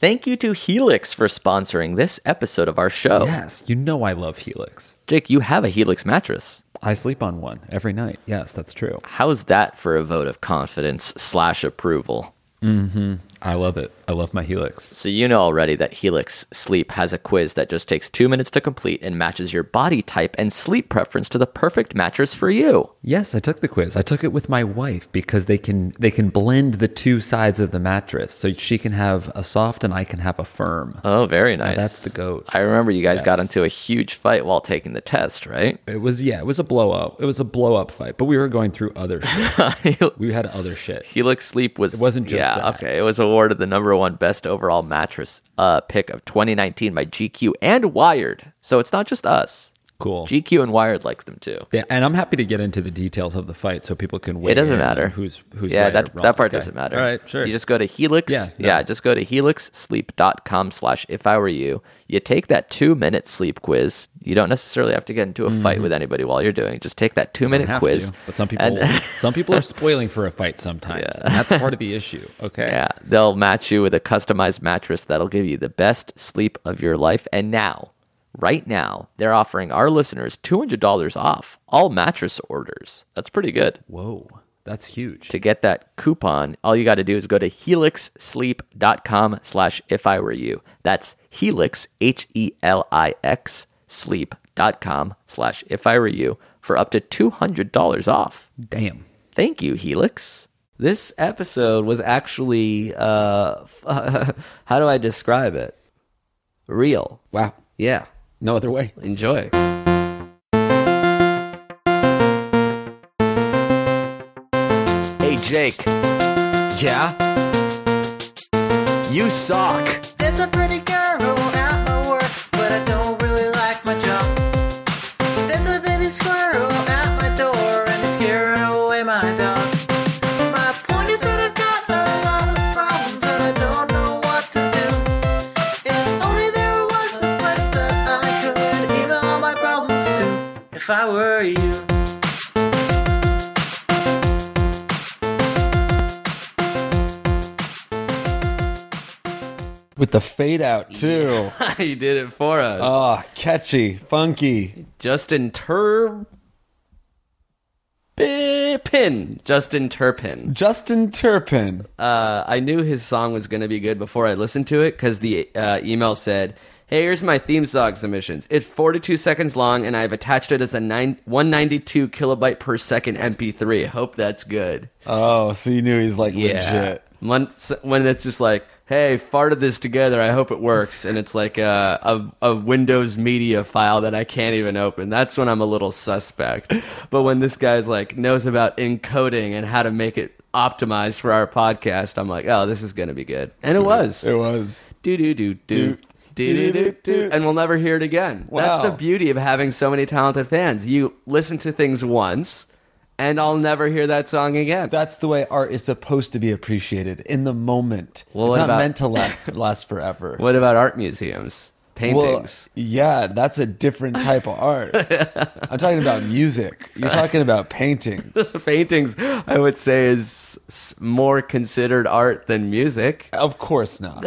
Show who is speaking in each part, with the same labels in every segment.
Speaker 1: Thank you to Helix for sponsoring this episode of our show.
Speaker 2: Yes, you know I love Helix.
Speaker 1: Jake, you have a Helix mattress.
Speaker 2: I sleep on one every night. Yes, that's true.
Speaker 1: How's that for a vote of confidence slash approval?
Speaker 2: I love it. I love my Helix.
Speaker 1: So you know already that Helix Sleep has a quiz that just takes two minutes to complete and matches your body type and sleep preference to the perfect mattress for you.
Speaker 2: Yes, I took the quiz. I took it with my wife because they can they can blend the two sides of the mattress. So she can have a soft and I can have a firm.
Speaker 1: Oh, very nice.
Speaker 2: that's the goat.
Speaker 1: I remember you guys got
Speaker 2: Yes.
Speaker 1: into a huge fight while taking the test, right?
Speaker 2: It was yeah, it was a blow up. It was a blow up fight, but we were going through other shit. we had other shit.
Speaker 1: Helix Sleep was it
Speaker 2: wasn't just
Speaker 1: yeah
Speaker 2: that.
Speaker 1: okay. It was awarded the number one best overall mattress uh, pick of 2019 by GQ and Wired. So it's not just us.
Speaker 2: Cool.
Speaker 1: GQ and Wired likes them too.
Speaker 2: Yeah, and I'm happy to get into the details of the fight so people can wait.
Speaker 1: It doesn't matter
Speaker 2: Who's who's
Speaker 1: yeah
Speaker 2: right
Speaker 1: that
Speaker 2: or wrong.
Speaker 1: that part
Speaker 2: Okay.
Speaker 1: doesn't matter.
Speaker 2: All right, sure.
Speaker 1: You just go to Helix.
Speaker 2: Yeah,
Speaker 1: yeah. Just go to helixsleep.com slash if I were you. You take that two minute sleep quiz. You don't necessarily have to get into a fight with anybody while you're doing it. Just take that two minute
Speaker 2: Mm-hmm. have
Speaker 1: quiz.
Speaker 2: to, but some people
Speaker 1: and-
Speaker 2: some people are spoiling for a fight sometimes, and that's part of the issue. Okay.
Speaker 1: Yeah, they'll match you with a customized mattress that'll give you the best sleep of your life. And now, right now, they're offering our listeners $200 off all mattress orders. That's pretty good.
Speaker 2: Whoa, that's huge.
Speaker 1: To get that coupon, all you got to do is go to helixsleep.com slash if I were you. That's helix, H E L I X, sleep.com slash if I were you for up to $200 off.
Speaker 2: Damn.
Speaker 1: Thank you, Helix. This episode was actually, uh, how do I describe it? Real.
Speaker 3: Wow.
Speaker 1: Yeah.
Speaker 3: No other way.
Speaker 1: Enjoy.
Speaker 3: Hey, Jake. Yeah? You suck.
Speaker 4: There's a pretty girl at my work, but I don't really like my job. There's a baby squirrel at my door, and it's scaring away my dog. My point is that I've got a lot of problems, but I don't know what to do. If only there was a place that I could email my problems to, if I were you.
Speaker 3: With the fade out, too.
Speaker 1: you did it for us.
Speaker 3: Oh, catchy, funky.
Speaker 1: Justin Tur... Bi- Pin. Justin Turpin.
Speaker 3: Justin Turpin.
Speaker 1: Uh, I knew his song was going to be good before I listened to it because the uh, email said, Hey, here's my theme song submissions. It's 42 seconds long, and I've attached it as a nine, 192 kilobyte per second MP3. Hope that's good.
Speaker 3: Oh, so you knew he's like legit.
Speaker 1: When, when it's just like, hey, farted this together. I hope it works. And it's like a, a, a Windows media file that I can't even open. That's when I'm a little suspect. But when this guy's like, knows about encoding and how to make it optimized for our podcast, I'm like, oh, this is going to be good. And it was.
Speaker 3: It was.
Speaker 1: Do, do, do, do. Do, do, do, do. And we'll never hear it again.
Speaker 3: Wow.
Speaker 1: That's the beauty of having so many talented fans. You listen to things once, and I'll never hear that song again.
Speaker 3: That's the way art is supposed to be appreciated in the moment.
Speaker 1: Well,
Speaker 3: it's
Speaker 1: what
Speaker 3: not
Speaker 1: about-
Speaker 3: meant to last, last forever.
Speaker 1: What about art museums?
Speaker 3: Well,
Speaker 1: Paintings.
Speaker 3: yeah, that's a different type of art. I'm talking about music. You're talking about paintings.
Speaker 1: Paintings, I would say, is s- more considered art than music.
Speaker 3: Of course not.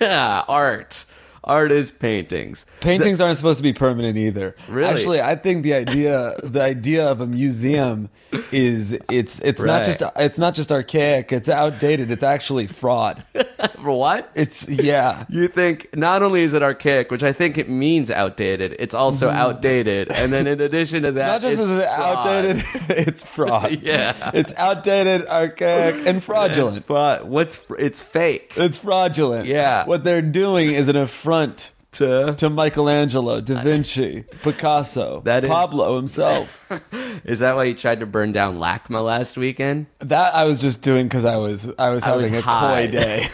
Speaker 1: Yeah, art. Art is paintings.
Speaker 3: Paintings aren't supposed to be permanent either.
Speaker 1: Really?
Speaker 3: Actually, I think the idea the idea of a museum is it's it's not
Speaker 1: Right.
Speaker 3: just it's not just archaic, it's outdated, it's actually fraud.
Speaker 1: What?
Speaker 3: It's yeah.
Speaker 1: You think not only is it archaic, which I think it means outdated, it's also outdated. And then in addition to that,
Speaker 3: Mm-hmm. Not just
Speaker 1: it's
Speaker 3: is it
Speaker 1: fraud.
Speaker 3: outdated, it's fraud.
Speaker 1: Yeah.
Speaker 3: It's outdated, archaic, and fraudulent.
Speaker 1: But what's fr- it's fake?
Speaker 3: It's fraudulent.
Speaker 1: Yeah.
Speaker 3: What they're doing is an affront
Speaker 1: To-
Speaker 3: to Michelangelo, Da Vinci, Picasso,
Speaker 1: That is-
Speaker 3: Pablo himself.
Speaker 1: Is that why you tried to burn down LACMA last weekend?
Speaker 3: that I was just doing because I was I was
Speaker 1: was
Speaker 3: having a
Speaker 1: high.
Speaker 3: coy day.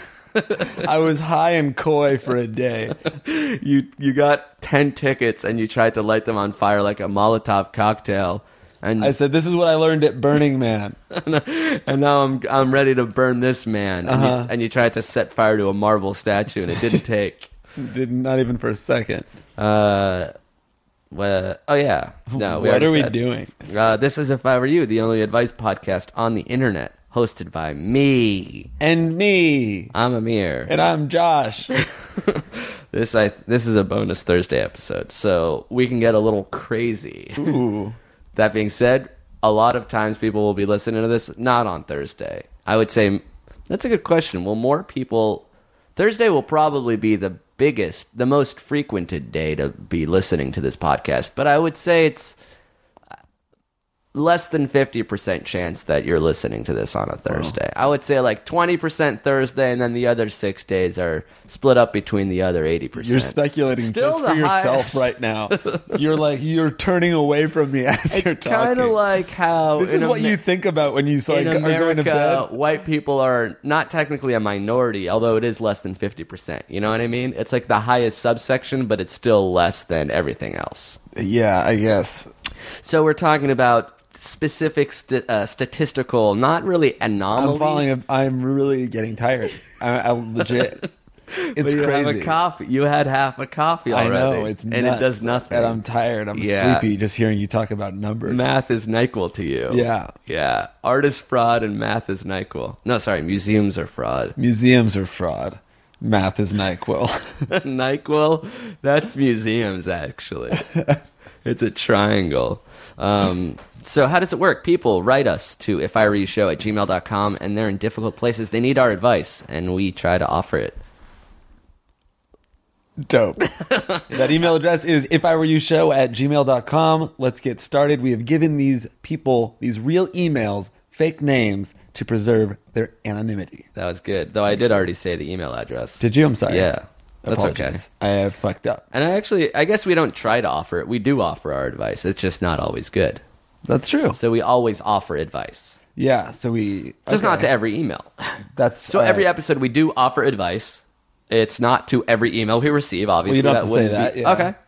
Speaker 3: I was high and coy for a day.
Speaker 1: you you got 10 tickets and you tried to light them on fire like a Molotov cocktail and
Speaker 5: Hmm.
Speaker 3: I said, "This is what I learned at Burning Man."
Speaker 1: and now I'm I'm ready to burn this man and,
Speaker 3: Uh-huh.
Speaker 1: you, and you tried to set fire to a marble statue and it didn't take
Speaker 3: Did not even for a second.
Speaker 1: uh well, oh yeah no we
Speaker 3: what
Speaker 1: already
Speaker 3: are we
Speaker 1: said.
Speaker 3: doing?
Speaker 1: uh, this is if I were you the only advice podcast on the internet
Speaker 5: hosted by me.
Speaker 6: And me.
Speaker 5: I'm Amir.
Speaker 6: And I'm Josh.
Speaker 5: This I this is a bonus Thursday episode, so we can get a little crazy.
Speaker 6: Ooh.
Speaker 5: That being said, a lot of times people will be listening to this not on Thursday. I would say that's a good question. Will more people Thursday will probably be the biggest, the most frequented day to be listening to this podcast, but I would say it's less than 50% chance that you're listening to this on a Thursday. I would say like 20% Thursday and then the other 6 days are split up between the other 80%.
Speaker 6: You're speculating
Speaker 5: Still
Speaker 6: just
Speaker 5: the
Speaker 6: for yourself
Speaker 5: highest.
Speaker 6: right now. You're like you're turning away from me as you're
Speaker 5: it's
Speaker 6: talking.
Speaker 5: kind of like how
Speaker 6: this
Speaker 5: in
Speaker 6: is what
Speaker 5: Amer-
Speaker 6: you think about when you like
Speaker 5: in
Speaker 6: are going to
Speaker 5: America,
Speaker 6: bed.
Speaker 5: white people are not technically a minority, although it is less than 50%. You know what I mean? It's like the highest subsection, but it's still less than everything else.
Speaker 6: Yeah, I guess.
Speaker 5: So we're talking about specific st- uh, statistical, not really anomalies.
Speaker 6: I'm falling. ab- I'm really getting tired. I, I legit. It's
Speaker 5: But you
Speaker 6: crazy.
Speaker 5: have a coffee. You had half a coffee
Speaker 6: I
Speaker 5: already.
Speaker 6: know it's
Speaker 5: and
Speaker 6: nuts.
Speaker 5: it does nothing.
Speaker 6: And I'm tired. I'm
Speaker 5: Yeah.
Speaker 6: sleepy just hearing you talk about numbers.
Speaker 5: math is Nyquil to you.
Speaker 6: Yeah.
Speaker 5: yeah. Art is fraud, and math is Nyquil. No, sorry, museums are fraud.
Speaker 6: Museums are fraud. Math is Nyquil.
Speaker 5: NyQuil, that's museums, actually. it's a triangle. Um, so, how does it work? People write us to ifireshow at gmail.com, and they're in difficult places. They need our advice, and we try to offer it.
Speaker 6: Dope. that email address is if I were you show at gmail.com. Let's get started. We have given these people, these real emails, fake names to preserve their anonymity.
Speaker 5: That was good. Though I did already say the email address.
Speaker 6: Did you? I'm sorry.
Speaker 5: Yeah. That's
Speaker 6: Apologies. I have fucked up.
Speaker 5: And I actually, I guess we don't try to offer it. We do offer our advice. It's just not always good.
Speaker 6: That's true.
Speaker 5: So, we always offer advice,
Speaker 6: Yeah. So we
Speaker 5: just not
Speaker 6: okay.
Speaker 5: to every email.
Speaker 6: That's
Speaker 5: So
Speaker 6: all right.
Speaker 5: every episode we do offer advice. It's not to every email we receive, obviously.
Speaker 6: Well, you don't have to say
Speaker 5: wouldn't be-
Speaker 6: that, yeah.
Speaker 5: Okay.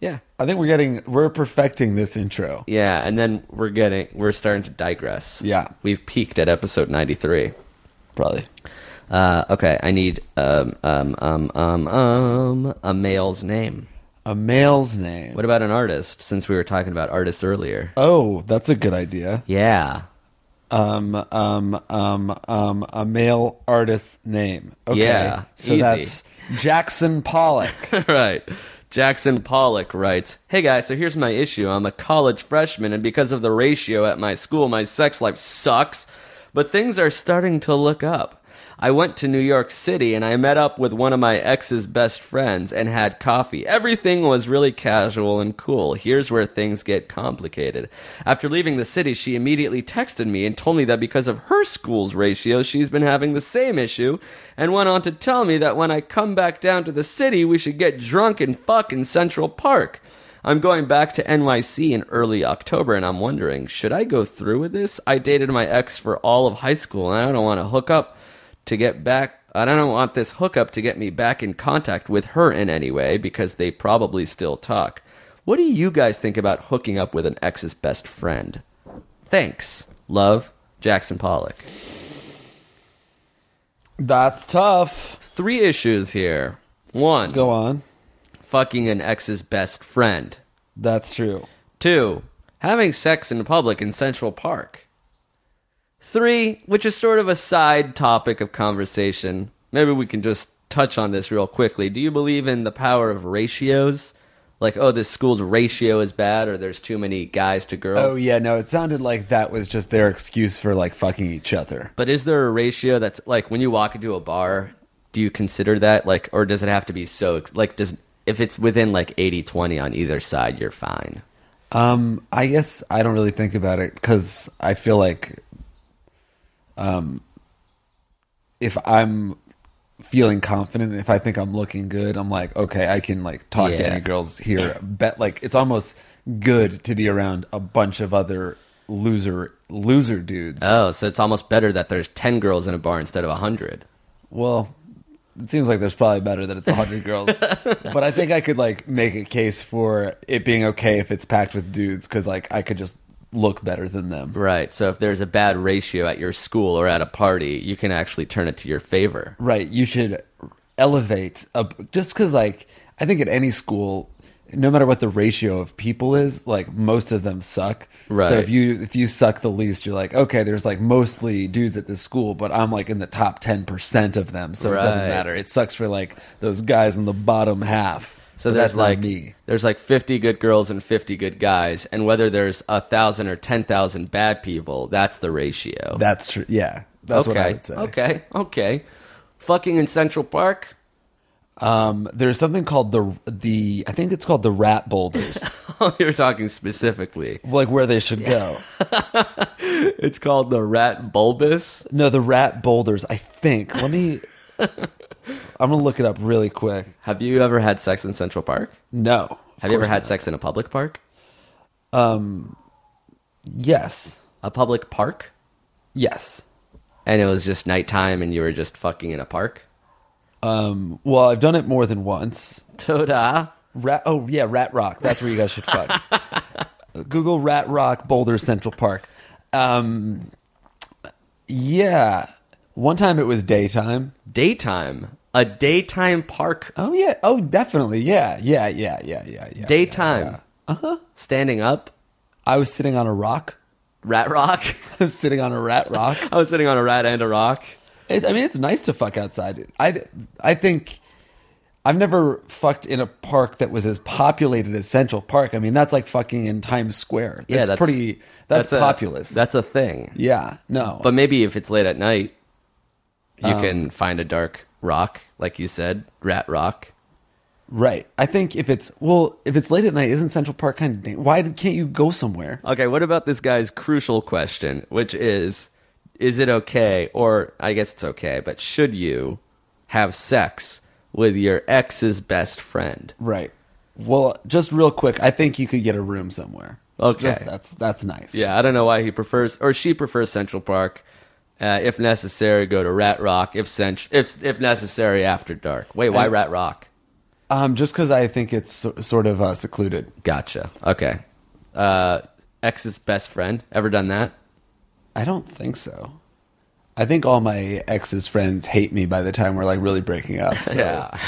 Speaker 5: Yeah.
Speaker 6: I think we're getting we're perfecting this intro.
Speaker 5: Yeah, and then we're getting we're starting to digress.
Speaker 6: Yeah.
Speaker 5: We've peaked at episode 93.
Speaker 6: Probably.
Speaker 5: Uh, okay, I need um um um um um a male's name.
Speaker 6: A male's name.
Speaker 5: What about an artist since we were talking about artists earlier?
Speaker 6: Oh, that's a good idea.
Speaker 5: Yeah.
Speaker 6: Um, um, um, um, a male artist's name. Okay.
Speaker 5: Yeah,
Speaker 6: So
Speaker 5: easy.
Speaker 6: that's Jackson Pollock.
Speaker 5: right. Jackson Pollock writes, Hey guys, so here's my issue. I'm a college freshman, and because of the ratio at my school, my sex life sucks, but things are starting to look up. I went to New York City and I met up with one of my ex's best friends and had coffee. Everything was really casual and cool. Here's where things get complicated. After leaving the city, she immediately texted me and told me that because of her school's ratio, she's been having the same issue, and went on to tell me that when I come back down to the city, we should get drunk and fuck in Central Park. I'm going back to NYC in early October, and I'm wondering, should I go through with this? I dated my ex for all of high school, and I don't want to hook up to get back. I don't want this hookup to get me back in contact with her in any way because they probably still talk. What do you guys think about hooking up with an ex's best friend? Thanks. Love, Jackson Pollock.
Speaker 6: That's tough.
Speaker 5: Three issues here. One,
Speaker 6: Go on.
Speaker 5: fucking an ex's best friend.
Speaker 6: That's true.
Speaker 5: Two, having sex in public in Central Park. Three, which is sort of a side topic of conversation. Maybe we can just touch on this real quickly. Do you believe in the power of ratios? Like, oh, this school's ratio is bad, or there's too many guys to girls.
Speaker 6: Oh yeah, no, it sounded like that was just their excuse for like fucking each other.
Speaker 5: But is there a ratio that's like when you walk into a bar, do you consider that like, or does it have to be so like, does if it's within like 80 20 on either side, you're fine.
Speaker 6: Um, I guess I don't really think about it because I feel like, um, if I'm feeling confident, if I think I'm looking good, I'm like, okay, I can like talk to
Speaker 5: Yeah.
Speaker 6: any girls here. Bet like it's almost good to be around a bunch of other loser loser dudes.
Speaker 5: Oh, so it's almost better that there's 10 girls in a bar instead of 100.
Speaker 6: Well, it seems like there's probably better that it's 100 girls. but I think I could like make a case for it being okay if it's packed with dudes cuz like I could just look better than them.
Speaker 5: Right. So if there's a bad ratio at your school or at a party, you can actually turn it to your favor.
Speaker 6: Right, you should elevate up just cuz like I think at any school no matter what the ratio of people is, like most of them suck.
Speaker 5: Right.
Speaker 6: So if you if you suck the least, you're like, okay, there's like mostly dudes at this school, but I'm like in the top ten percent of them, so it doesn't
Speaker 5: Right.
Speaker 6: matter. It sucks for like those guys in the bottom half.
Speaker 5: So
Speaker 6: But
Speaker 5: there's
Speaker 6: that's not
Speaker 5: like
Speaker 6: me.
Speaker 5: there's like 50 good girls and 50 good guys, and whether there's a thousand or 10,000 bad people, that's the ratio.
Speaker 6: That's true. Yeah, that's
Speaker 5: okay,
Speaker 6: what I would say.
Speaker 5: okay, okay. Fucking in Central Park.
Speaker 6: Um, there's something called the the I think it's called the rat boulders,
Speaker 5: You're talking specifically.
Speaker 6: like where they should go.
Speaker 5: It's called the Rat Bulbous.
Speaker 6: No, the rat boulders. I think. Let me. I'm gonna look it up really quick.
Speaker 5: Have you ever had sex in Central Park?
Speaker 6: No. Of
Speaker 5: Have you ever
Speaker 6: course
Speaker 5: had
Speaker 6: not.
Speaker 5: sex in a public park?
Speaker 6: Yes.
Speaker 5: A public park?
Speaker 6: Yes.
Speaker 5: And it was just nighttime and you were just fucking in a park?
Speaker 6: Um, well, I've done it more than once.
Speaker 5: Toda.
Speaker 6: Rat. Oh yeah, Rat Rock. That's where you guys should fuck. Google Rat Rock Boulder Central Park. Um, yeah. One time it was daytime.
Speaker 5: Daytime. A daytime park.
Speaker 6: Oh yeah. Oh, definitely. Yeah. Yeah. Yeah. Yeah. Yeah. Yeah.
Speaker 5: Daytime.
Speaker 6: yeah. Uh-huh.
Speaker 5: Standing up.
Speaker 6: I was sitting on a rock.
Speaker 5: Rat rock.
Speaker 6: I was sitting on a rat rock.
Speaker 5: I was sitting on a rat and a rock.
Speaker 6: It, I mean, it's nice to fuck outside. I I think I've never fucked in a park that was as populated as Central Park. I mean, that's like fucking in Times Square. That's
Speaker 5: Yeah, that's
Speaker 6: pretty. That's,
Speaker 5: a-
Speaker 6: populous.
Speaker 5: that's a thing.
Speaker 6: yeah. No,
Speaker 5: But maybe if it's late at night, you
Speaker 6: Oh.
Speaker 5: can find a dark rock, like you said, rat rock.
Speaker 6: right. I think if it's well, if it's late at night, isn't Central Park kind of? da- Why did- can't you go somewhere?
Speaker 5: Okay, what about this guy's crucial question, which is is it okay or I guess it's okay, but should you have sex with your ex's best friend?
Speaker 6: Right. Well, just real quick, I think you could get a room somewhere.
Speaker 5: Okay.
Speaker 6: Just- that's that's nice.
Speaker 5: Yeah, I don't know why he prefers or she prefers Central Park. Uh, if necessary, go to Rat Rock. If cent- if if necessary, after dark. Wait, why
Speaker 6: And-
Speaker 5: Rat Rock?
Speaker 6: Um, just because I think it's so, sort of uh, secluded.
Speaker 5: Gotcha. Okay. Uh, ex's best friend. Ever done that?
Speaker 6: I don't think so. I think all my ex's friends hate me by the time we're like really breaking up. So.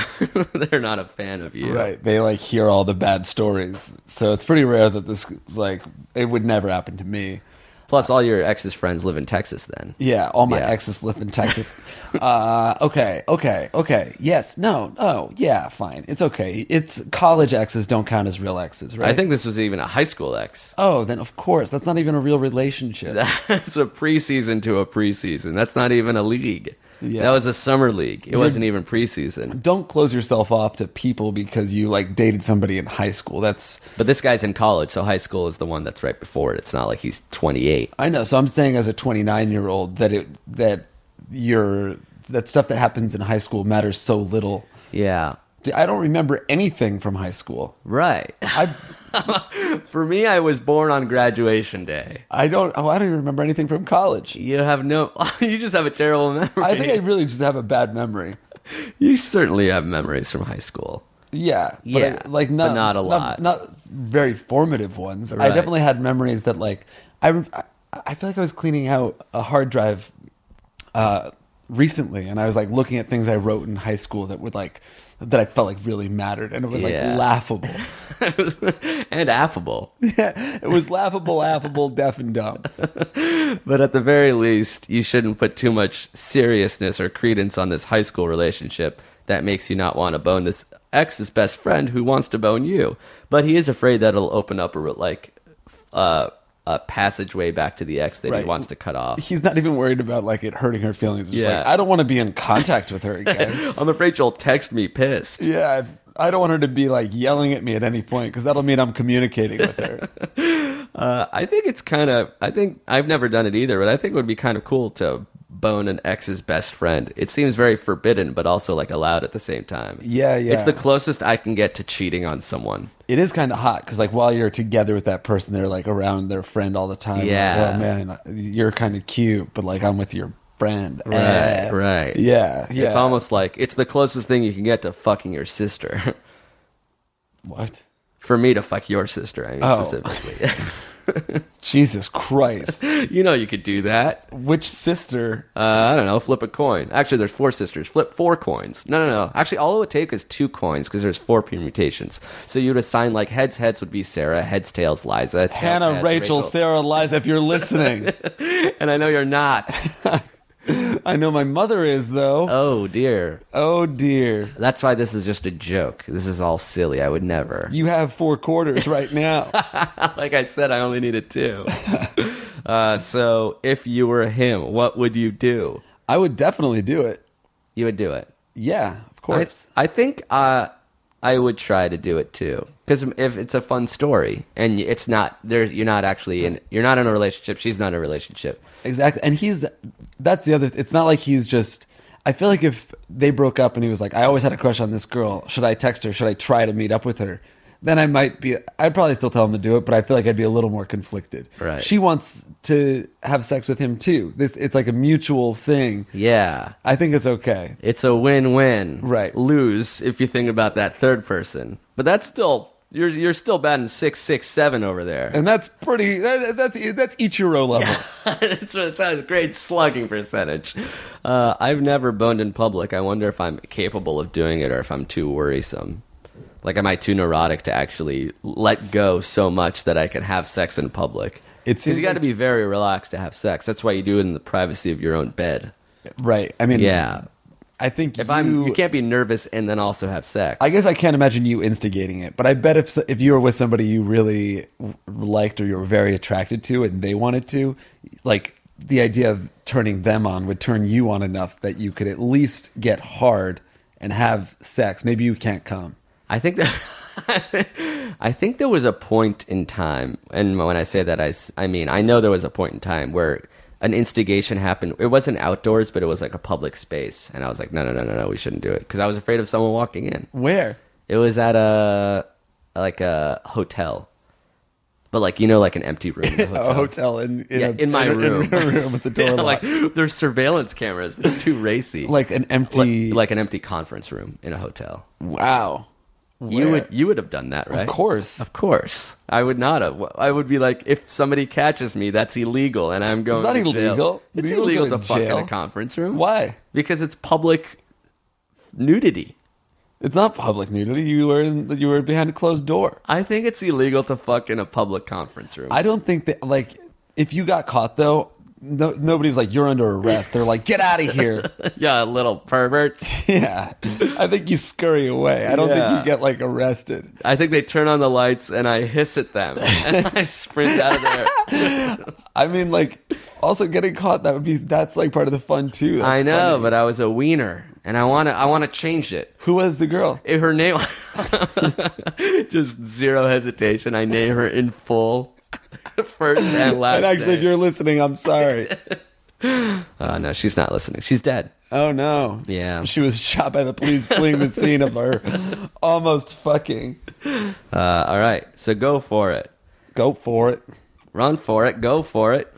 Speaker 5: Yeah, they're not a fan of you.
Speaker 6: Right. They like hear all the bad stories. So it's pretty rare that this like it would never happen to me.
Speaker 5: Plus, all your ex's friends live in Texas. Then.
Speaker 6: Yeah, all my
Speaker 5: Yeah.
Speaker 6: exes live in Texas. uh, okay, okay, okay. Yes, no, no, yeah, fine. It's okay. It's college exes don't count as real exes, right?
Speaker 5: I think this was even a high school ex.
Speaker 6: Oh, then of course. That's not even a real relationship.
Speaker 5: That's a preseason to a preseason. That's not even a league.
Speaker 6: Yeah.
Speaker 5: That was a summer league. It wasn't even preseason.
Speaker 6: don't close yourself off to people because you like dated somebody in high school. That's
Speaker 5: But this guy's in college, so high school is the one that's right before it. It's not like he's 28.
Speaker 6: I know. So I'm saying as a 29 year old that it that your that stuff that happens in high school matters so little.
Speaker 5: Yeah.
Speaker 6: D- I don't remember anything from high school.
Speaker 5: Right.
Speaker 6: I
Speaker 5: For me, I was born on graduation day.
Speaker 6: I don't oh I don't even remember anything from college.
Speaker 5: You have no. You just have a terrible memory.
Speaker 6: I think I really just have a bad memory.
Speaker 5: you certainly have memories from high school.
Speaker 6: Yeah, but I-
Speaker 5: Yeah,
Speaker 6: like
Speaker 5: but
Speaker 6: not
Speaker 5: not a lot.
Speaker 6: not, very formative ones.
Speaker 5: Right.
Speaker 6: I definitely had memories that like I re- I- I feel like I was cleaning out a hard drive uh, recently, and I was like looking at things I wrote in high school that would like that I felt like really mattered, and it was like
Speaker 5: Yeah.
Speaker 6: laughable.
Speaker 5: and affable.
Speaker 6: yeah, it was laughable, laughable, deaf and dumb.
Speaker 5: But at the very least, you shouldn't put too much seriousness or credence on this high school relationship that makes you not want to bone this ex's best friend who wants to bone you. But he is afraid that it'll open up a re- like uh, a passageway back to the ex that
Speaker 6: Right.
Speaker 5: he wants to cut off.
Speaker 6: He's not even worried about like it hurting her feelings. It's just
Speaker 5: Yeah.
Speaker 6: like I don't want to be in contact with her again.
Speaker 5: I'm afraid she'll text me pissed.
Speaker 6: yeah. I don't want her to be like yelling at me at any point because that'll mean I'm communicating with her.
Speaker 5: Uh, I think it's kind of. I think I've never done it either, but I think it would be kind of cool to bone an ex's best friend. It seems very forbidden, but also like allowed at the same time.
Speaker 6: Yeah, yeah.
Speaker 5: It's the closest I can get to cheating on someone.
Speaker 6: it is kind of hot because like while you're together with that person, they're like around their friend all the time.
Speaker 5: Yeah.
Speaker 6: Like, oh man, you're kind of cute, but like I'm with your friend. Right.
Speaker 5: right.
Speaker 6: Uh, Yeah. Yeah.
Speaker 5: It's almost like it's the closest thing you can get to fucking your sister.
Speaker 6: what?
Speaker 5: For me to fuck your sister, I mean
Speaker 6: Oh.
Speaker 5: specifically.
Speaker 6: Jesus Christ.
Speaker 5: you know you could do that.
Speaker 6: Which sister?
Speaker 5: Uh, I don't know. Flip a coin. Actually, there's four sisters. Flip four coins. No, no, no. Actually, all it would take is two coins because there's four permutations. So you'd assign like heads. Heads would be Sarah. Heads, tails, Liza. Tails,
Speaker 6: Hannah,
Speaker 5: heads,
Speaker 6: Rachel, Sarah, Liza, if you're listening.
Speaker 5: And I know you're not.
Speaker 6: I know my mother is, though.
Speaker 5: oh dear.
Speaker 6: oh, dear.
Speaker 5: That's why this is just a joke. This is all silly. I would never.
Speaker 6: You have four quarters right now.
Speaker 5: like I said, I only needed two. uh, so if you were him, what would you do?
Speaker 6: I would definitely do it.
Speaker 5: You would do it.
Speaker 6: Yeah, of
Speaker 5: I,
Speaker 6: course.
Speaker 5: I think uh, I would try to do it too. Because if it's a fun story and it's not there, you're not actually in. You're not in a relationship. She's not in a relationship.
Speaker 6: Exactly. And he's that's the other it's not like he's just I feel like if they broke up and he was like, I always had a crush on this girl, should I text her? Should I try to meet up with her? Then I might be I'd probably still tell him to do it, but I feel like I'd be a little more conflicted.
Speaker 5: Right.
Speaker 6: She wants to have sex with him too. This it's like a mutual thing.
Speaker 5: Yeah,
Speaker 6: I think it's okay.
Speaker 5: it's a win-win.
Speaker 6: Right.
Speaker 5: Lose if you think about that third person. But that's still you're you're still batting six, six, seven over there.
Speaker 6: And that's pretty that, that's that's Ichiro level.
Speaker 5: it's, it's a great slugging percentage. Uh, I've never boned in public. I wonder if I'm capable of doing it or if I'm too worrisome. Like, am I too neurotic to actually let go so much that I can have sex in public?
Speaker 6: It
Speaker 5: 'Cause
Speaker 6: seems
Speaker 5: you got to
Speaker 6: like-
Speaker 5: be very relaxed to have sex. That's why you do it in the privacy of your own bed.
Speaker 6: Right. I mean
Speaker 5: Yeah.
Speaker 6: I think
Speaker 5: If I'm, you can't be nervous and then also have sex.
Speaker 6: I guess I can't imagine you instigating it, but I bet if if you were with somebody you really w- liked or you were very attracted to, and they wanted to, like the idea of turning them on would turn you on enough that you could at least get hard and have sex. Maybe you can't come.
Speaker 5: I think that I think there was a point in time, and when I say that, I, s- I mean I know there was a point in time where an instigation happened. It wasn't outdoors, but it was like a public space, and I was like, no, no, no, no, no, we shouldn't do it because I was afraid of someone walking in.
Speaker 6: Where?
Speaker 5: It was at a like a hotel, but like you know, like an empty room. in the
Speaker 6: A hotel in in,
Speaker 5: yeah,
Speaker 6: a,
Speaker 5: in my
Speaker 6: a-
Speaker 5: room,
Speaker 6: in a room with the door
Speaker 5: Yeah,
Speaker 6: locked, like,
Speaker 5: like there's surveillance cameras. It's too racy.
Speaker 6: an empty.
Speaker 5: like an empty conference room in a hotel.
Speaker 6: wow,
Speaker 5: You
Speaker 6: Where?
Speaker 5: would you would have done that, right?
Speaker 6: of course.
Speaker 5: Of course, I would not have. I would be like, if somebody catches me, that's illegal, and I'm going.
Speaker 6: not
Speaker 5: to jail.
Speaker 6: illegal.
Speaker 5: It's
Speaker 6: You don't
Speaker 5: illegal
Speaker 6: go
Speaker 5: to
Speaker 6: to
Speaker 5: fuck in
Speaker 6: jail.
Speaker 5: a conference room.
Speaker 6: Why?
Speaker 5: Because it's public nudity.
Speaker 6: It's not public nudity. You were in, you were behind a closed door.
Speaker 5: I think it's illegal to fuck in a public conference room.
Speaker 6: I don't think that like if you got caught though, no, nobody's like you're under arrest. They're like get out of here.
Speaker 5: yeah, little perverts.
Speaker 6: yeah, I think you scurry away. I don't think
Speaker 5: Yeah.
Speaker 6: you get like arrested.
Speaker 5: I think they turn on the lights and I hiss at them and I sprint out of there.
Speaker 6: I mean, like also getting caught that would be that's like part of the fun too. That's
Speaker 5: I know,
Speaker 6: funny.
Speaker 5: but I was a wiener, and I want to. I want to change it.
Speaker 6: who was the girl?
Speaker 5: If her name just zero hesitation i name her in full first and last
Speaker 6: And actually, if
Speaker 5: name.
Speaker 6: you're listening, I'm sorry.
Speaker 5: Uh, no she's not listening she's dead
Speaker 6: oh no.
Speaker 5: Yeah.
Speaker 6: She was shot by the police fleeing the scene of her almost fucking.
Speaker 5: uh, all right so go for it
Speaker 6: Go for it.
Speaker 5: run for it go for it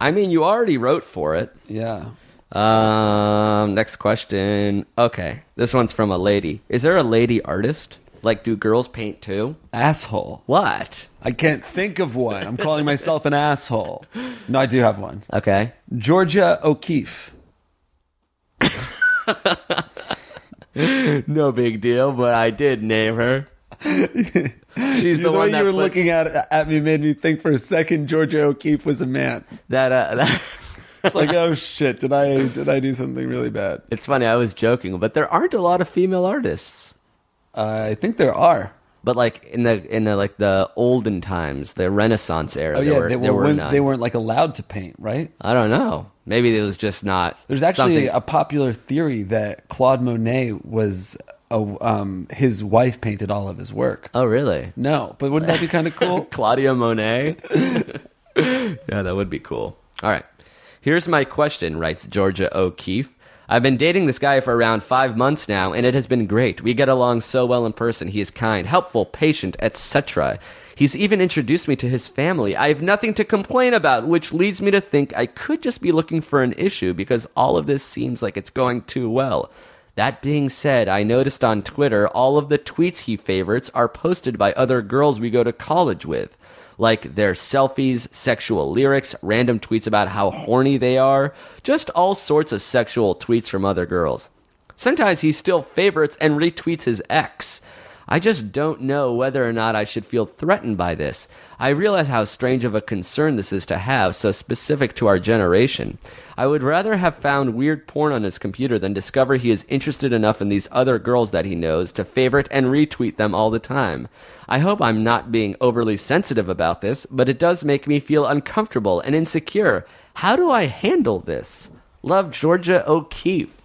Speaker 5: i mean you already wrote for it
Speaker 6: Yeah.
Speaker 5: um next question okay this one's from a lady is there a lady artist like do girls paint too
Speaker 6: Asshole.
Speaker 5: what
Speaker 6: I can't think of one. I'm calling myself an asshole. No, I do have one.
Speaker 5: okay
Speaker 6: Georgia O'Keeffe.
Speaker 5: no big deal but i did name her she's the,
Speaker 6: the,
Speaker 5: one
Speaker 6: way
Speaker 5: that
Speaker 6: you were
Speaker 5: put-
Speaker 6: looking at at me made me think for a second Georgia O'Keeffe was a man.
Speaker 5: that uh that
Speaker 6: It's like, oh shit, did I did I do something really bad?
Speaker 5: It's funny, I was joking, but there aren't a lot of female artists.
Speaker 6: I think there are.
Speaker 5: But like in the in the like the olden times, the Renaissance era,
Speaker 6: Oh
Speaker 5: there
Speaker 6: yeah,
Speaker 5: were,
Speaker 6: they, were
Speaker 5: there were
Speaker 6: women-
Speaker 5: none.
Speaker 6: they weren't like allowed to paint, right?
Speaker 5: I don't know. Maybe it was just not.
Speaker 6: There's actually
Speaker 5: something-
Speaker 6: a popular theory that Claude Monet was a, um, his wife painted all of his work.
Speaker 5: oh really?
Speaker 6: No, but wouldn't that be kind of cool?
Speaker 5: Claudia Monet. yeah, that would be cool. All right. Here's my question, writes Georgia O'Keeffe. I've been dating this guy for around five months now, and it has been great. We get along so well in person. He is kind, helpful, patient, etc. He's even introduced me to his family. I have nothing to complain about, which leads me to think I could just be looking for an issue because all of this seems like it's going too well. That being said, I noticed on Twitter all of the tweets he favorites are posted by other girls we go to college with. like their selfies, sexual lyrics, random tweets about how horny they are, just all sorts of sexual tweets from other girls. Sometimes he still favorites and retweets his ex. I just don't know whether or not I should feel threatened by this. I realize how strange of a concern this is to have, so specific to our generation. I would rather have found weird porn on his computer than discover he is interested enough in these other girls that he knows to favorite and retweet them all the time. I hope I'm not being overly sensitive about this, but it does make me feel uncomfortable and insecure. How do I handle this? Love Georgia O'Keeffe.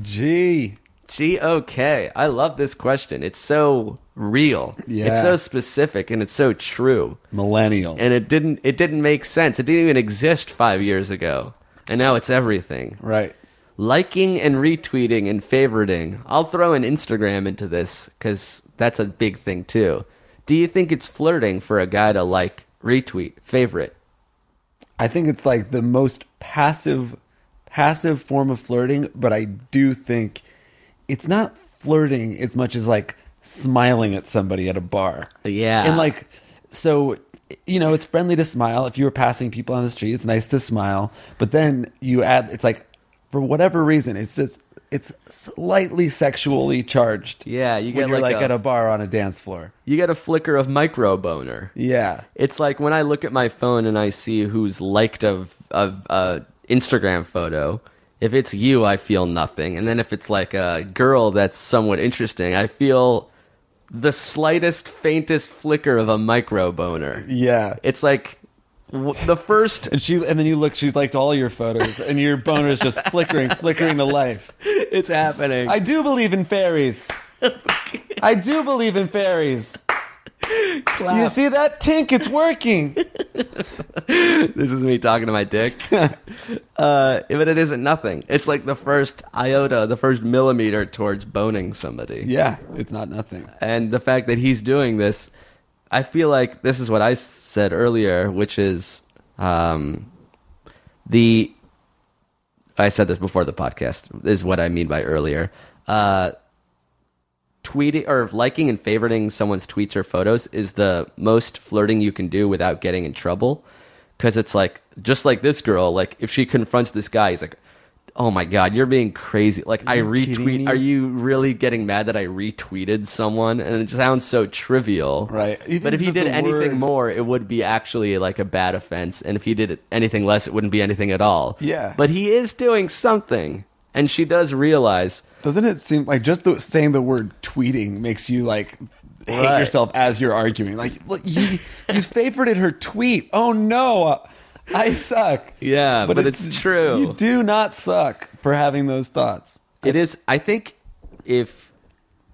Speaker 6: Gee.
Speaker 5: G O K. I love this question. It's so real.
Speaker 6: Yeah.
Speaker 5: It's so specific and it's so true.
Speaker 6: Millennial.
Speaker 5: And it didn't it didn't make sense. It didn't even exist 5 years ago. And now it's everything.
Speaker 6: right.
Speaker 5: Liking and retweeting and favoriting. I'll throw an Instagram into this cuz that's a big thing too. Do you think it's flirting for a guy to like, retweet, favorite?
Speaker 6: I think it's like the most passive passive form of flirting, but I do think it's not flirting as much as like smiling at somebody at a bar.
Speaker 5: Yeah.
Speaker 6: And like so you know, it's friendly to smile. If you were passing people on the street, it's nice to smile. But then you add it's like for whatever reason, it's just it's slightly sexually charged.
Speaker 5: Yeah, you get
Speaker 6: when you're
Speaker 5: like
Speaker 6: like,
Speaker 5: a-
Speaker 6: at a bar on a dance floor.
Speaker 5: You get a flicker of micro boner.
Speaker 6: Yeah.
Speaker 5: It's like when I look at my phone and I see who's liked a a, a Instagram photo. If it's you, I feel nothing, and then if it's like a girl that's somewhat interesting, I feel the slightest, faintest flicker of a micro boner.
Speaker 6: Yeah.
Speaker 5: It's like w- the first.
Speaker 6: And she, and then you look. She's liked all your photos, and your boner is just flickering, flickering to life.
Speaker 5: It's happening.
Speaker 6: I do believe in fairies. I do believe in fairies. You see that tink? It's working.
Speaker 5: this is me talking to my dick. uh, but it isn't nothing. It's like the first iota, the first millimeter towards boning somebody.
Speaker 6: Yeah, it's not nothing.
Speaker 5: and the fact that he's doing this, I feel like this is what I said earlier, which is um, the. I said this before the podcast is what I mean by earlier. Uh, tweeting or liking and favoriting someone's tweets or photos is the most flirting you can do without getting in trouble because it's like just like this girl like if she confronts this guy he's like oh my god you're being crazy like i
Speaker 6: kidding
Speaker 5: retweet
Speaker 6: me?
Speaker 5: are you really getting mad that i retweeted someone and it sounds so trivial
Speaker 6: Right. Even
Speaker 5: but if he
Speaker 6: just
Speaker 5: did
Speaker 6: the
Speaker 5: anything
Speaker 6: word-
Speaker 5: more it would be actually like a bad offense and if he did anything less it wouldn't be anything at all
Speaker 6: Yeah.
Speaker 5: but he is doing something and she does realize
Speaker 6: Doesn't it seem like just the, saying the word tweeting makes you like hate
Speaker 5: Right.
Speaker 6: yourself as you're arguing? Like look, you, you favorited her tweet. Oh no, I suck.
Speaker 5: Yeah, but it's true.
Speaker 6: You do not suck for having those thoughts.
Speaker 5: It is. I think if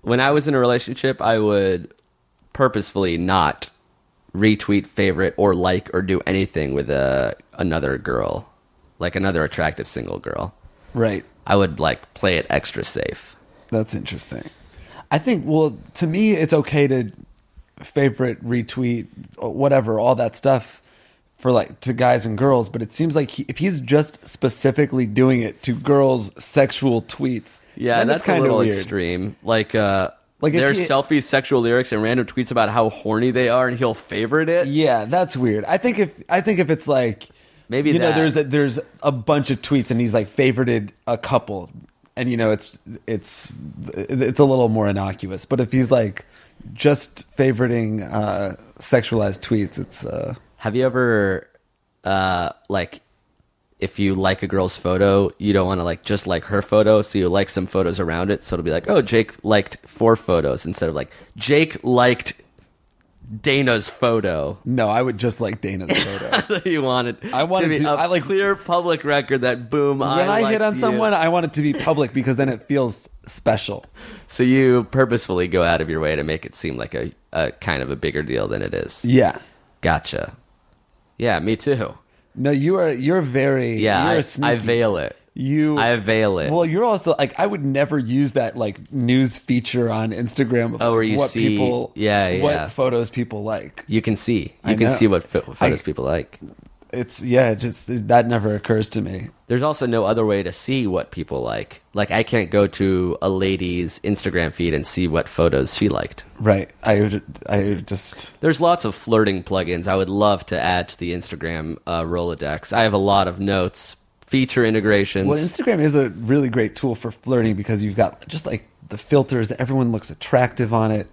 Speaker 5: when I was in a relationship, I would purposefully not retweet, favorite, or like, or do anything with a another girl, like another attractive single girl.
Speaker 6: Right.
Speaker 5: I would like play it extra safe.
Speaker 6: That's interesting. I think, well, to me, it's okay to favorite, retweet, uh, whatever, all that stuff for like to guys and girls. But it seems like he, if he's just specifically doing it to girls' sexual tweets,
Speaker 5: Yeah,
Speaker 6: then it's
Speaker 5: that's a
Speaker 6: kinda
Speaker 5: little
Speaker 6: weird.
Speaker 5: extreme. Like, uh,
Speaker 6: Like, if
Speaker 5: their
Speaker 6: he-
Speaker 5: selfies, sexual lyrics, and random tweets about how horny they are, and he'll favorite it.
Speaker 6: Yeah, that's weird. I think if I think if it's like
Speaker 5: Maybe
Speaker 6: you know
Speaker 5: that.
Speaker 6: there's a, there's a bunch of tweets and he's like favorited a couple, and you know it's it's it's a little more innocuous. But if he's like just favoriting uh, sexualized tweets, it's uh,
Speaker 5: Have you ever, uh, like, if you like a girl's photo, you don't want to like just like her photo, so you like some photos around it. So it'll be like, oh, Jake liked four photos instead of like Jake liked Dana's photo.
Speaker 6: no. I would just like Dana's photo.
Speaker 5: you wanted,
Speaker 6: I wanted
Speaker 5: be
Speaker 6: to-
Speaker 5: a
Speaker 6: I like-
Speaker 5: clear public record that boom.
Speaker 6: when I, hit
Speaker 5: liked
Speaker 6: on
Speaker 5: you.
Speaker 6: someone, I want it to be public because then it feels special.
Speaker 5: so you purposefully go out of your way to make it seem like a, a kind of a bigger deal than it is.
Speaker 6: Yeah.
Speaker 5: Gotcha. Yeah, me too.
Speaker 6: No, you are you're very
Speaker 5: Yeah,
Speaker 6: You're
Speaker 5: I-
Speaker 6: a
Speaker 5: I
Speaker 6: sneaky-
Speaker 5: veil it.
Speaker 6: You
Speaker 5: I veil it.
Speaker 6: Well, you're also like I would never use that like news feature on Instagram. Of,
Speaker 5: Oh, where you
Speaker 6: what
Speaker 5: see-
Speaker 6: people,
Speaker 5: yeah, yeah.
Speaker 6: what photos people like.
Speaker 5: You can see. You
Speaker 6: I
Speaker 5: can
Speaker 6: know.
Speaker 5: see what pho- photos
Speaker 6: I-
Speaker 5: people like.
Speaker 6: It's yeah, it just that never occurs to me.
Speaker 5: There's also no other way to see what people like. Like I can't go to a lady's Instagram feed and see what photos she liked.
Speaker 6: Right. I would, I would just
Speaker 5: There's lots of flirting plugins I would love to add to the Instagram uh, Rolodex. I have a lot of notes, feature integrations.
Speaker 6: Well, Instagram is a really great tool for flirting because you've got just like the filters. Everyone looks attractive on it.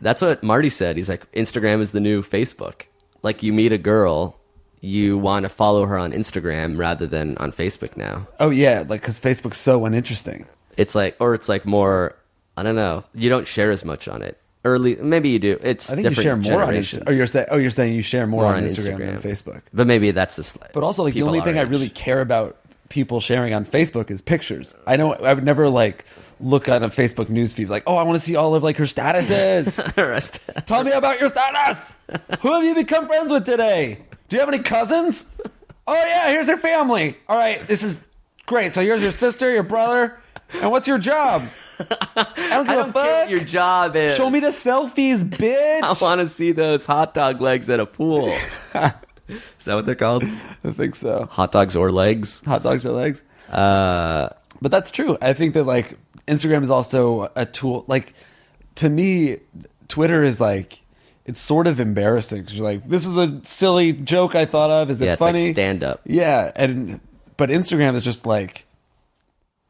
Speaker 5: That's what Marty said. He's like, Instagram is the new Facebook. Like you meet a girl, you want to follow her on Instagram rather than on Facebook now.
Speaker 6: Oh yeah, like because Facebook's so uninteresting.
Speaker 5: It's like, or it's like more. I don't know. You don't share as much on it. Early, maybe you do. It's
Speaker 6: I think you share
Speaker 5: different
Speaker 6: more on
Speaker 5: generations.
Speaker 6: Instagram. Oh, you're saying oh you're saying you share more,
Speaker 5: More
Speaker 6: on, Instagram, than Facebook.
Speaker 5: But maybe that's just like.
Speaker 6: But also, like the
Speaker 5: people
Speaker 6: only
Speaker 5: our
Speaker 6: thing I
Speaker 5: age.
Speaker 6: really care about people sharing on Facebook is pictures. I know I would never like look at a Facebook news feed like, oh, I want to see all of like her statuses.
Speaker 5: Rest-
Speaker 6: Tell me about your status. Who have you become friends with today? Do you have any cousins? Oh yeah, here's her family. All right, this is great. So here's your sister, your brother, and what's your job? I don't give
Speaker 5: I don't
Speaker 6: a
Speaker 5: care
Speaker 6: fuck.
Speaker 5: what your job is.
Speaker 6: Show me the selfies, bitch.
Speaker 5: I want to see those hot dog legs at a pool. is that what they're called?
Speaker 6: I think so.
Speaker 5: Hot dogs or legs?
Speaker 6: Hot dogs or legs.
Speaker 5: Uh,
Speaker 6: But that's true. I think that like Instagram is also a tool. Like to me, Twitter is like it's sort of embarrassing. 'cause You're like, this is a silly joke I thought of. Is it
Speaker 5: yeah, it's
Speaker 6: funny?
Speaker 5: like stand up.
Speaker 6: yeah, and but Instagram is just like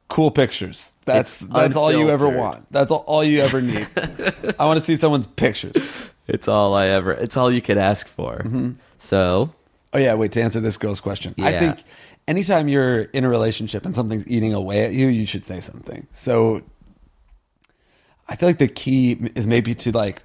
Speaker 6: cool pictures. That's
Speaker 5: It's
Speaker 6: that's all you ever
Speaker 5: unfiltered.
Speaker 6: want. That's all, all you ever need. I want to see someone's pictures.
Speaker 5: It's all I ever. It's all you could ask for. So
Speaker 6: Oh yeah, wait to answer this girl's question. I
Speaker 5: Yeah.
Speaker 6: think anytime you're in a relationship and something's eating away at you, you should say something. So I feel like the key is maybe to like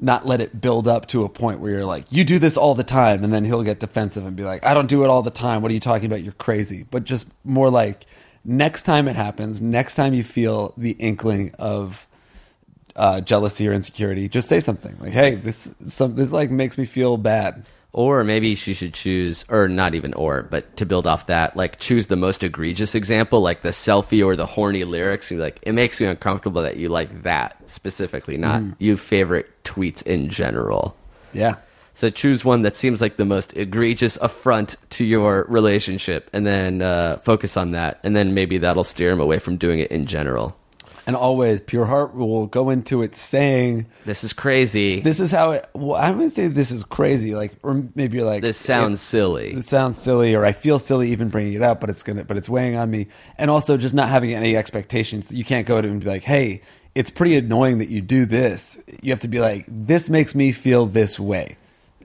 Speaker 6: not let it build up to a point where you're like, you do this all the time, and then he'll get defensive and be like, I don't do it all the time. What are you talking about? You're crazy. But just more like next time it happens, next time you feel the inkling of uh, jealousy or insecurity, just say something like, "Hey, this some this like makes me feel bad."
Speaker 5: Or maybe she should choose, or not even or, but to build off that, like choose the most egregious example, like the selfie or the horny lyrics. You're like, it makes me uncomfortable that you like that specifically, not you favorite tweets in general.
Speaker 6: Yeah.
Speaker 5: So choose one that seems like the most egregious affront to your relationship, and then uh, focus on that, and then maybe that'll steer him away from doing it in general.
Speaker 6: And always, Pure Heart will go into it saying,
Speaker 5: This is crazy. This,
Speaker 6: "This is how it." Well, I wouldn't say this is crazy, like, or maybe you're like,
Speaker 5: sounds
Speaker 6: "It-
Speaker 5: silly.
Speaker 6: This sounds silly, or I feel silly even bringing it up, but it's gonna, but it's weighing on me, and also just not having any expectations. You can't go to him and be like, "Hey, it's pretty annoying that you do this." You have to be like, "This makes me feel this way,"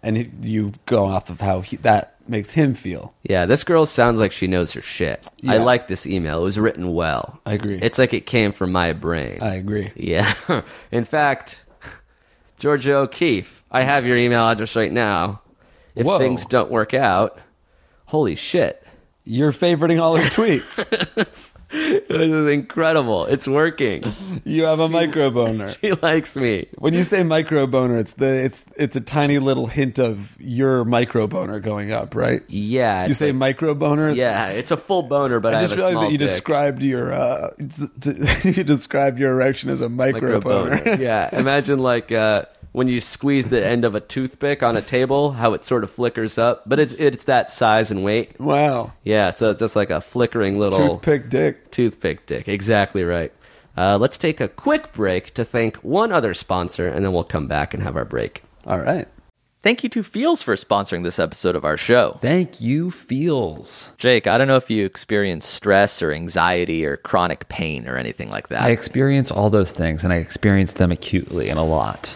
Speaker 6: and it- you go off of how he, that makes him feel.
Speaker 5: Yeah, this girl sounds like she knows her shit. I
Speaker 6: Yeah.
Speaker 5: like this email. It was written well.
Speaker 6: I agree.
Speaker 5: It's like it came from my brain.
Speaker 6: I agree.
Speaker 5: Yeah. In fact, Georgia O'Keefe, I have your email address right now. If
Speaker 6: Whoa.
Speaker 5: things don't work out, holy shit.
Speaker 6: You're favoriting all her tweets.
Speaker 5: This is incredible. It's working.
Speaker 6: You have a micro boner.
Speaker 5: She likes me.
Speaker 6: When you say micro boner, it's the it's it's a tiny little hint of your micro boner going up, right?
Speaker 5: Yeah.
Speaker 6: You
Speaker 5: it's
Speaker 6: say
Speaker 5: like-
Speaker 6: micro boner.
Speaker 5: yeah, it's a full boner, but I,
Speaker 6: I just
Speaker 5: have a
Speaker 6: realized
Speaker 5: small
Speaker 6: that you
Speaker 5: dick.
Speaker 6: described your uh, you described your erection as a micro, boner.
Speaker 5: yeah. Imagine like uh, when you squeeze the end of a toothpick on a table, how it sort of flickers up, but it's it's that size and weight.
Speaker 6: Wow.
Speaker 5: Yeah, so it's just like a flickering little
Speaker 6: Toothpick dick.
Speaker 5: toothpick dick. Exactly right. Uh, let's take a quick break to thank one other sponsor, and then we'll come back and have our break.
Speaker 6: All right.
Speaker 1: Thank you to Feels for sponsoring this episode of our show.
Speaker 3: Thank you, feels.
Speaker 1: Jake, I don't know if you experience stress or anxiety or chronic pain or anything like that.
Speaker 3: I experience all those things and I experience them acutely and a lot.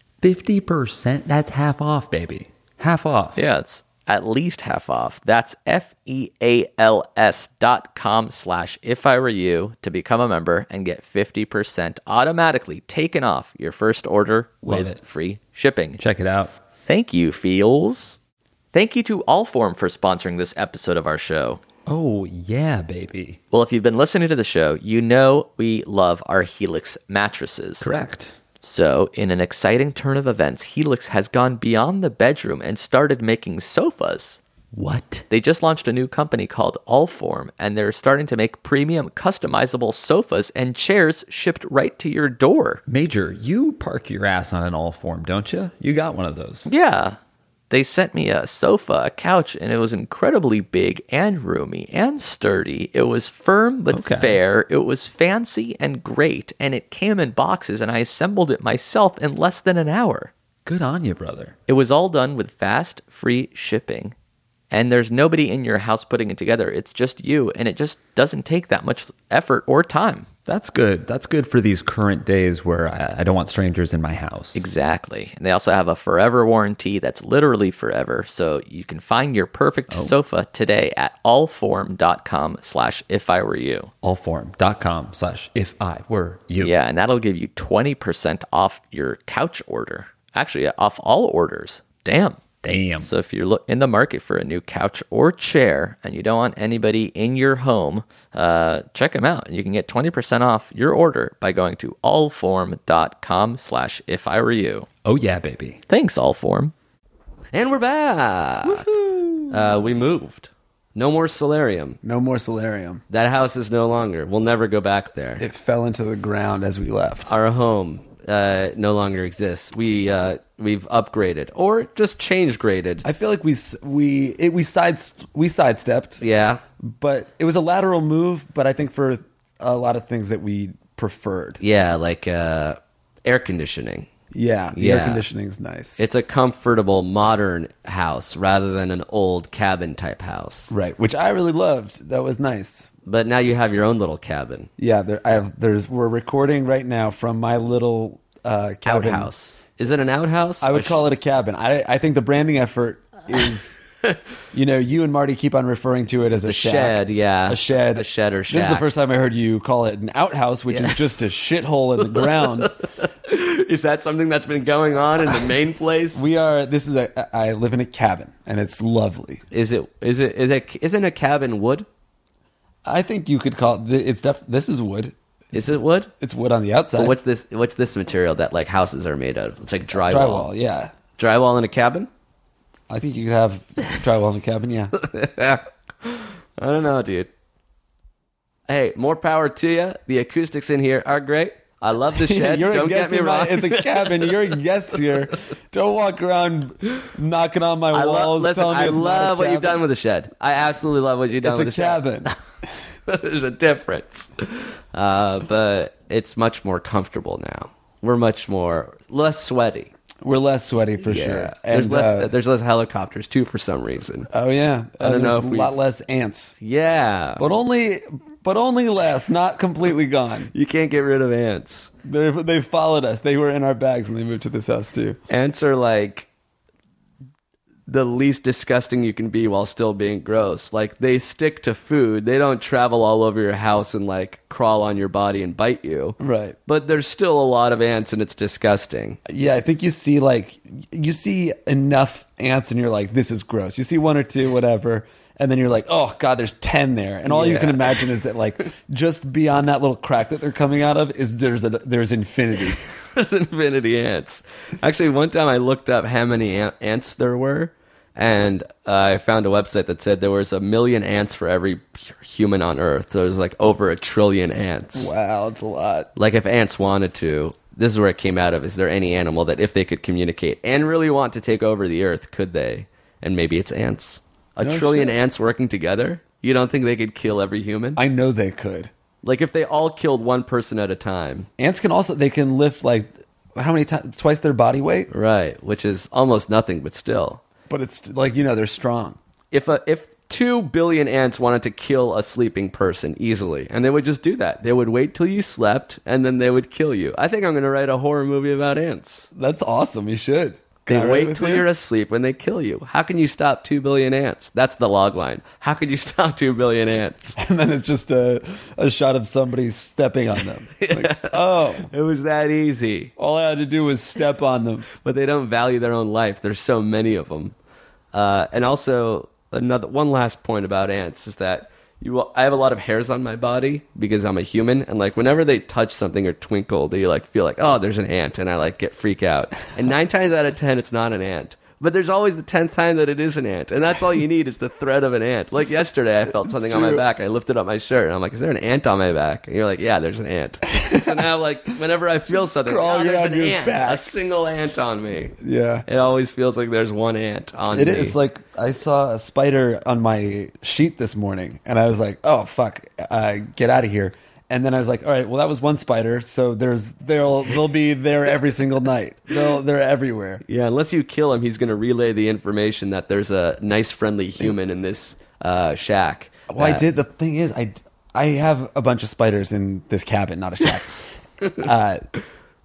Speaker 3: 50%? That's half off, baby. Half off.
Speaker 1: Yeah, it's at least half off. That's F E A L S dot com slash if I were you to become a member and get 50% automatically taken off your first order
Speaker 3: Love
Speaker 1: with
Speaker 3: it.
Speaker 1: free shipping.
Speaker 3: Check it out.
Speaker 1: Thank you, Feels. Thank you to Allform for sponsoring this episode of our show.
Speaker 3: Oh, yeah, baby.
Speaker 1: Well, if you've been listening to the show, you know we love our Helix mattresses.
Speaker 3: Correct.
Speaker 1: So, in an exciting turn of events, Helix has gone beyond the bedroom and started making sofas.
Speaker 3: What?
Speaker 1: They just launched a new company called Allform, and they're starting to make premium customizable sofas and chairs shipped right to your door.
Speaker 3: Major, you park your ass on an all form, don't you? You got one of those.
Speaker 1: Yeah. They sent me a sofa, a couch, and it was incredibly big and roomy and sturdy. It was firm but
Speaker 3: Okay.
Speaker 1: fair. It was fancy and great, and it came in boxes, and I assembled it myself in less than an hour.
Speaker 3: Good on you, brother.
Speaker 1: It was all done with fast, free shipping. And there's nobody in your house putting it together. It's just you, and it just doesn't take that much effort or time.
Speaker 3: That's good. That's good for these current days where I, I don't want strangers in my house.
Speaker 1: Exactly. And they also have a forever warranty that's literally forever. So you can find your perfect sofa today at allform.com slash if I were you.
Speaker 3: Allform.com slash if I were you.
Speaker 1: Yeah, and that'll give you 20% off your couch order. Actually, off all orders. Damn.
Speaker 3: Damn.
Speaker 1: So if you're look in the market for a new couch or chair and you don't want anybody in your home, uh, check them out. You can get 20% off your order by going to allform.com slash if I were you.
Speaker 3: Oh, yeah, baby.
Speaker 1: Thanks, Allform.
Speaker 5: And we're back. Uh, we moved. No more solarium.
Speaker 6: No more solarium.
Speaker 5: That house is no longer. We'll never go back there.
Speaker 6: It fell into the ground as we left.
Speaker 5: Our home uh, no longer exists. We uh, we've upgraded or just change graded.
Speaker 6: I feel like we s- we it, we side we sidestepped.
Speaker 5: yeah.
Speaker 6: but it was a lateral move. But I think for a lot of things that we preferred.
Speaker 5: Yeah, like uh, air conditioning.
Speaker 6: Yeah, the air
Speaker 5: Yeah.
Speaker 6: conditioning's nice.
Speaker 5: It's a comfortable modern house rather than an old cabin type house.
Speaker 6: right, which I really loved. That was nice.
Speaker 5: But now you have your own little cabin.
Speaker 6: Yeah, there, I have, there's we're recording right now from my little uh, cabin.
Speaker 5: Outhouse. Is it an outhouse?
Speaker 6: I would call it a cabin. I I think the branding effort is, you know, you and Marty keep on referring to it as a shack.
Speaker 5: shed, yeah.
Speaker 6: a shed,
Speaker 5: A shed or
Speaker 6: This is the
Speaker 5: shack.
Speaker 6: first time I heard you call it an outhouse, which is just a shithole in the ground.
Speaker 5: Is that something that's been going on in the main place?
Speaker 6: We are. This is a. I live in a cabin, and it's lovely.
Speaker 5: is it is it is it isn't a cabin wood?
Speaker 6: I think you could call it. It's def. This is wood.
Speaker 5: Is it wood?
Speaker 6: It's wood on the outside.
Speaker 5: But what's this what's this material that like houses are made of? It's like
Speaker 6: drywall?
Speaker 5: drywall.
Speaker 6: Yeah,
Speaker 5: Drywall in a cabin?
Speaker 6: I think you could have drywall in a cabin. Yeah,
Speaker 5: I don't know, dude. Hey, more power to you. The acoustics in here are great. I love the shed.
Speaker 6: you're
Speaker 5: Don't
Speaker 6: a guest.
Speaker 5: get me
Speaker 6: in my-
Speaker 5: wrong.
Speaker 6: it's a cabin. You're a guest here. Don't walk around knocking on my
Speaker 5: I love,
Speaker 6: walls.
Speaker 5: listen,
Speaker 6: telling me
Speaker 5: I
Speaker 6: it's not a
Speaker 5: love what you've
Speaker 6: cabin.
Speaker 5: done with the shed. I absolutely love what you've done
Speaker 6: It's
Speaker 5: with
Speaker 6: a
Speaker 5: the shed.
Speaker 6: cabin.
Speaker 5: There's a difference. Uh, but it's much more comfortable now. We're much more less sweaty.
Speaker 6: We're less sweaty for sure.
Speaker 5: Yeah.
Speaker 6: And,
Speaker 5: there's less
Speaker 6: uh,
Speaker 5: there's less helicopters too for some reason.
Speaker 6: oh yeah. Uh,
Speaker 5: don't know
Speaker 6: there's
Speaker 5: if
Speaker 6: a
Speaker 5: we've-
Speaker 6: lot less ants,
Speaker 5: Yeah.
Speaker 6: but only, but only less. Not completely gone.
Speaker 5: You can't get rid of ants.
Speaker 6: They they followed us. They were in our bags, and they moved to this house too.
Speaker 5: Ants are like the least disgusting you can be while still being gross. Like they stick to food. They don't travel all over your house and like crawl on your body and bite you.
Speaker 6: Right.
Speaker 5: But there's still a lot of ants and it's disgusting.
Speaker 6: Yeah, I think you see like you see enough ants and you're like, this is gross. You see one or two, whatever, and then you're like, oh god, there's ten there, and all you
Speaker 5: Yeah.
Speaker 6: can imagine is that like just beyond that little crack that they're coming out of is there's a, there's infinity.
Speaker 5: infinity ants. Actually, one time I looked up how many an- ants there were, and uh, I found a website that said there was a million ants for every human on Earth. So there's like over a trillion ants.
Speaker 6: wow, it's a lot.
Speaker 5: Like if ants wanted to, this is where it came out of. Is there any animal that if they could communicate and really want to take over the Earth, could they? And maybe it's ants. A
Speaker 6: No
Speaker 5: trillion
Speaker 6: shit.
Speaker 5: ants working together. You don't think they could kill every human?
Speaker 6: I know they could.
Speaker 5: like if they all killed one person at a time,
Speaker 6: Ants can also they can lift like how many times twice their body weight.
Speaker 5: right? Which is almost nothing, but still.
Speaker 6: but it's like you know they're strong.
Speaker 5: if a, if two billion ants wanted to kill a sleeping person easily, and they would just do that. They would wait till you slept, and then they would kill you. I think I'm going to write a horror movie about ants.
Speaker 6: That's awesome. You should. Can
Speaker 5: They
Speaker 6: I write
Speaker 5: wait
Speaker 6: with
Speaker 5: till
Speaker 6: you?
Speaker 5: you're asleep and they kill you. How can you stop two billion ants? That's the log line. How can you stop two billion ants?
Speaker 6: and then it's just a, a shot of somebody stepping on them. Like, oh,
Speaker 5: It was that easy.
Speaker 6: all I had to do was step on them.
Speaker 5: But they don't value their own life. There's so many of them. Uh, and also another one last point about ants is that you will, I have a lot of hairs on my body because I'm a human and like whenever they touch something or twinkle they like feel like oh there's an ant and I like get freak out. And 9 times out of 10 it's not an ant. But there's always the 10th time that it is an ant. And that's all you need is the threat of an ant. Like yesterday I felt something on my
Speaker 6: true.
Speaker 5: back. I lifted up my shirt and I'm like is there an ant on my back? And you're like yeah there's an ant. so now like whenever I feel something oh,
Speaker 6: crawling
Speaker 5: there's
Speaker 6: around
Speaker 5: an
Speaker 6: your
Speaker 5: ant. A
Speaker 6: back.
Speaker 5: single ant on me.
Speaker 6: Yeah.
Speaker 5: It always feels like there's one ant on
Speaker 6: It
Speaker 5: me.
Speaker 6: is it's like I saw a spider on my sheet this morning, and I was like, "Oh fuck, uh, get out of here!" And then I was like, "All right, well that was one spider, so there's they'll they'll be there every single night. They'll they're everywhere."
Speaker 5: yeah, unless you kill him, he's going to relay the information that there's a nice, friendly human in this uh, shack.
Speaker 6: Well, Oh, I
Speaker 5: that-
Speaker 6: did. The thing is, I I have a bunch of spiders in this cabin, not a shack. uh,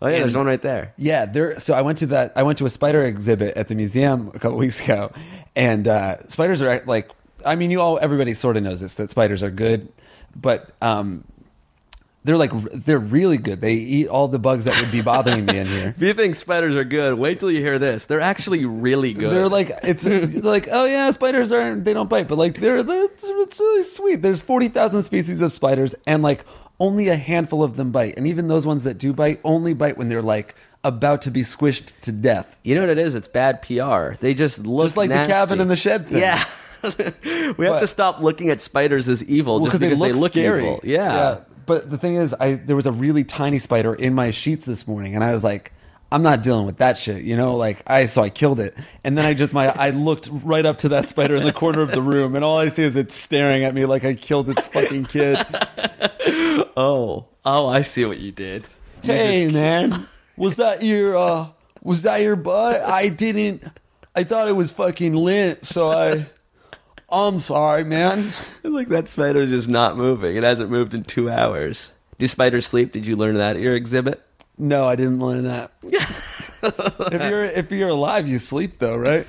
Speaker 5: Oh yeah, there's one right there.
Speaker 6: Yeah, there. So I went to that. I went to a spider exhibit at the museum a couple weeks ago, and uh, spiders are act- like. I mean, you all, everybody sort of knows this that spiders are good, but um, they're like r- they're really good. They eat all the bugs that would be bothering me in here.
Speaker 5: If you think spiders are good, wait till you hear this. They're actually really good.
Speaker 6: They're like it's they're like oh yeah, spiders aren't they don't bite, but like they're that's it's really sweet. There's forty thousand species of spiders, and like only a handful of them bite, and even those ones that do bite only bite when they're like about to be squished to death.
Speaker 5: you know what it is? It's bad PR. They just look
Speaker 6: Just like
Speaker 5: nasty.
Speaker 6: the cabin in the shed thing.
Speaker 5: Yeah. we have to stop looking at spiders as evil
Speaker 6: Well,
Speaker 5: just
Speaker 6: they
Speaker 5: because
Speaker 6: look, scary.
Speaker 5: evil. Yeah.
Speaker 6: But the thing is, I there was a really tiny spider in my sheets this morning, and I was like, I'm not dealing with that shit, you know. Like I, so I killed it, and then I just my I looked right up to that spider in the corner of the room, and all I see is it's staring at me like I killed its fucking kid.
Speaker 5: Oh, oh, I see what you did.
Speaker 6: hey man, was that your uh, was that your butt? I didn't. I thought it was fucking lint, so I. I'm sorry, man.
Speaker 5: Like that spider's just not moving. It hasn't moved in two hours. Do spiders sleep? Did you learn that at your exhibit?
Speaker 6: No, I didn't learn that. if you're if you're alive, you sleep though, right?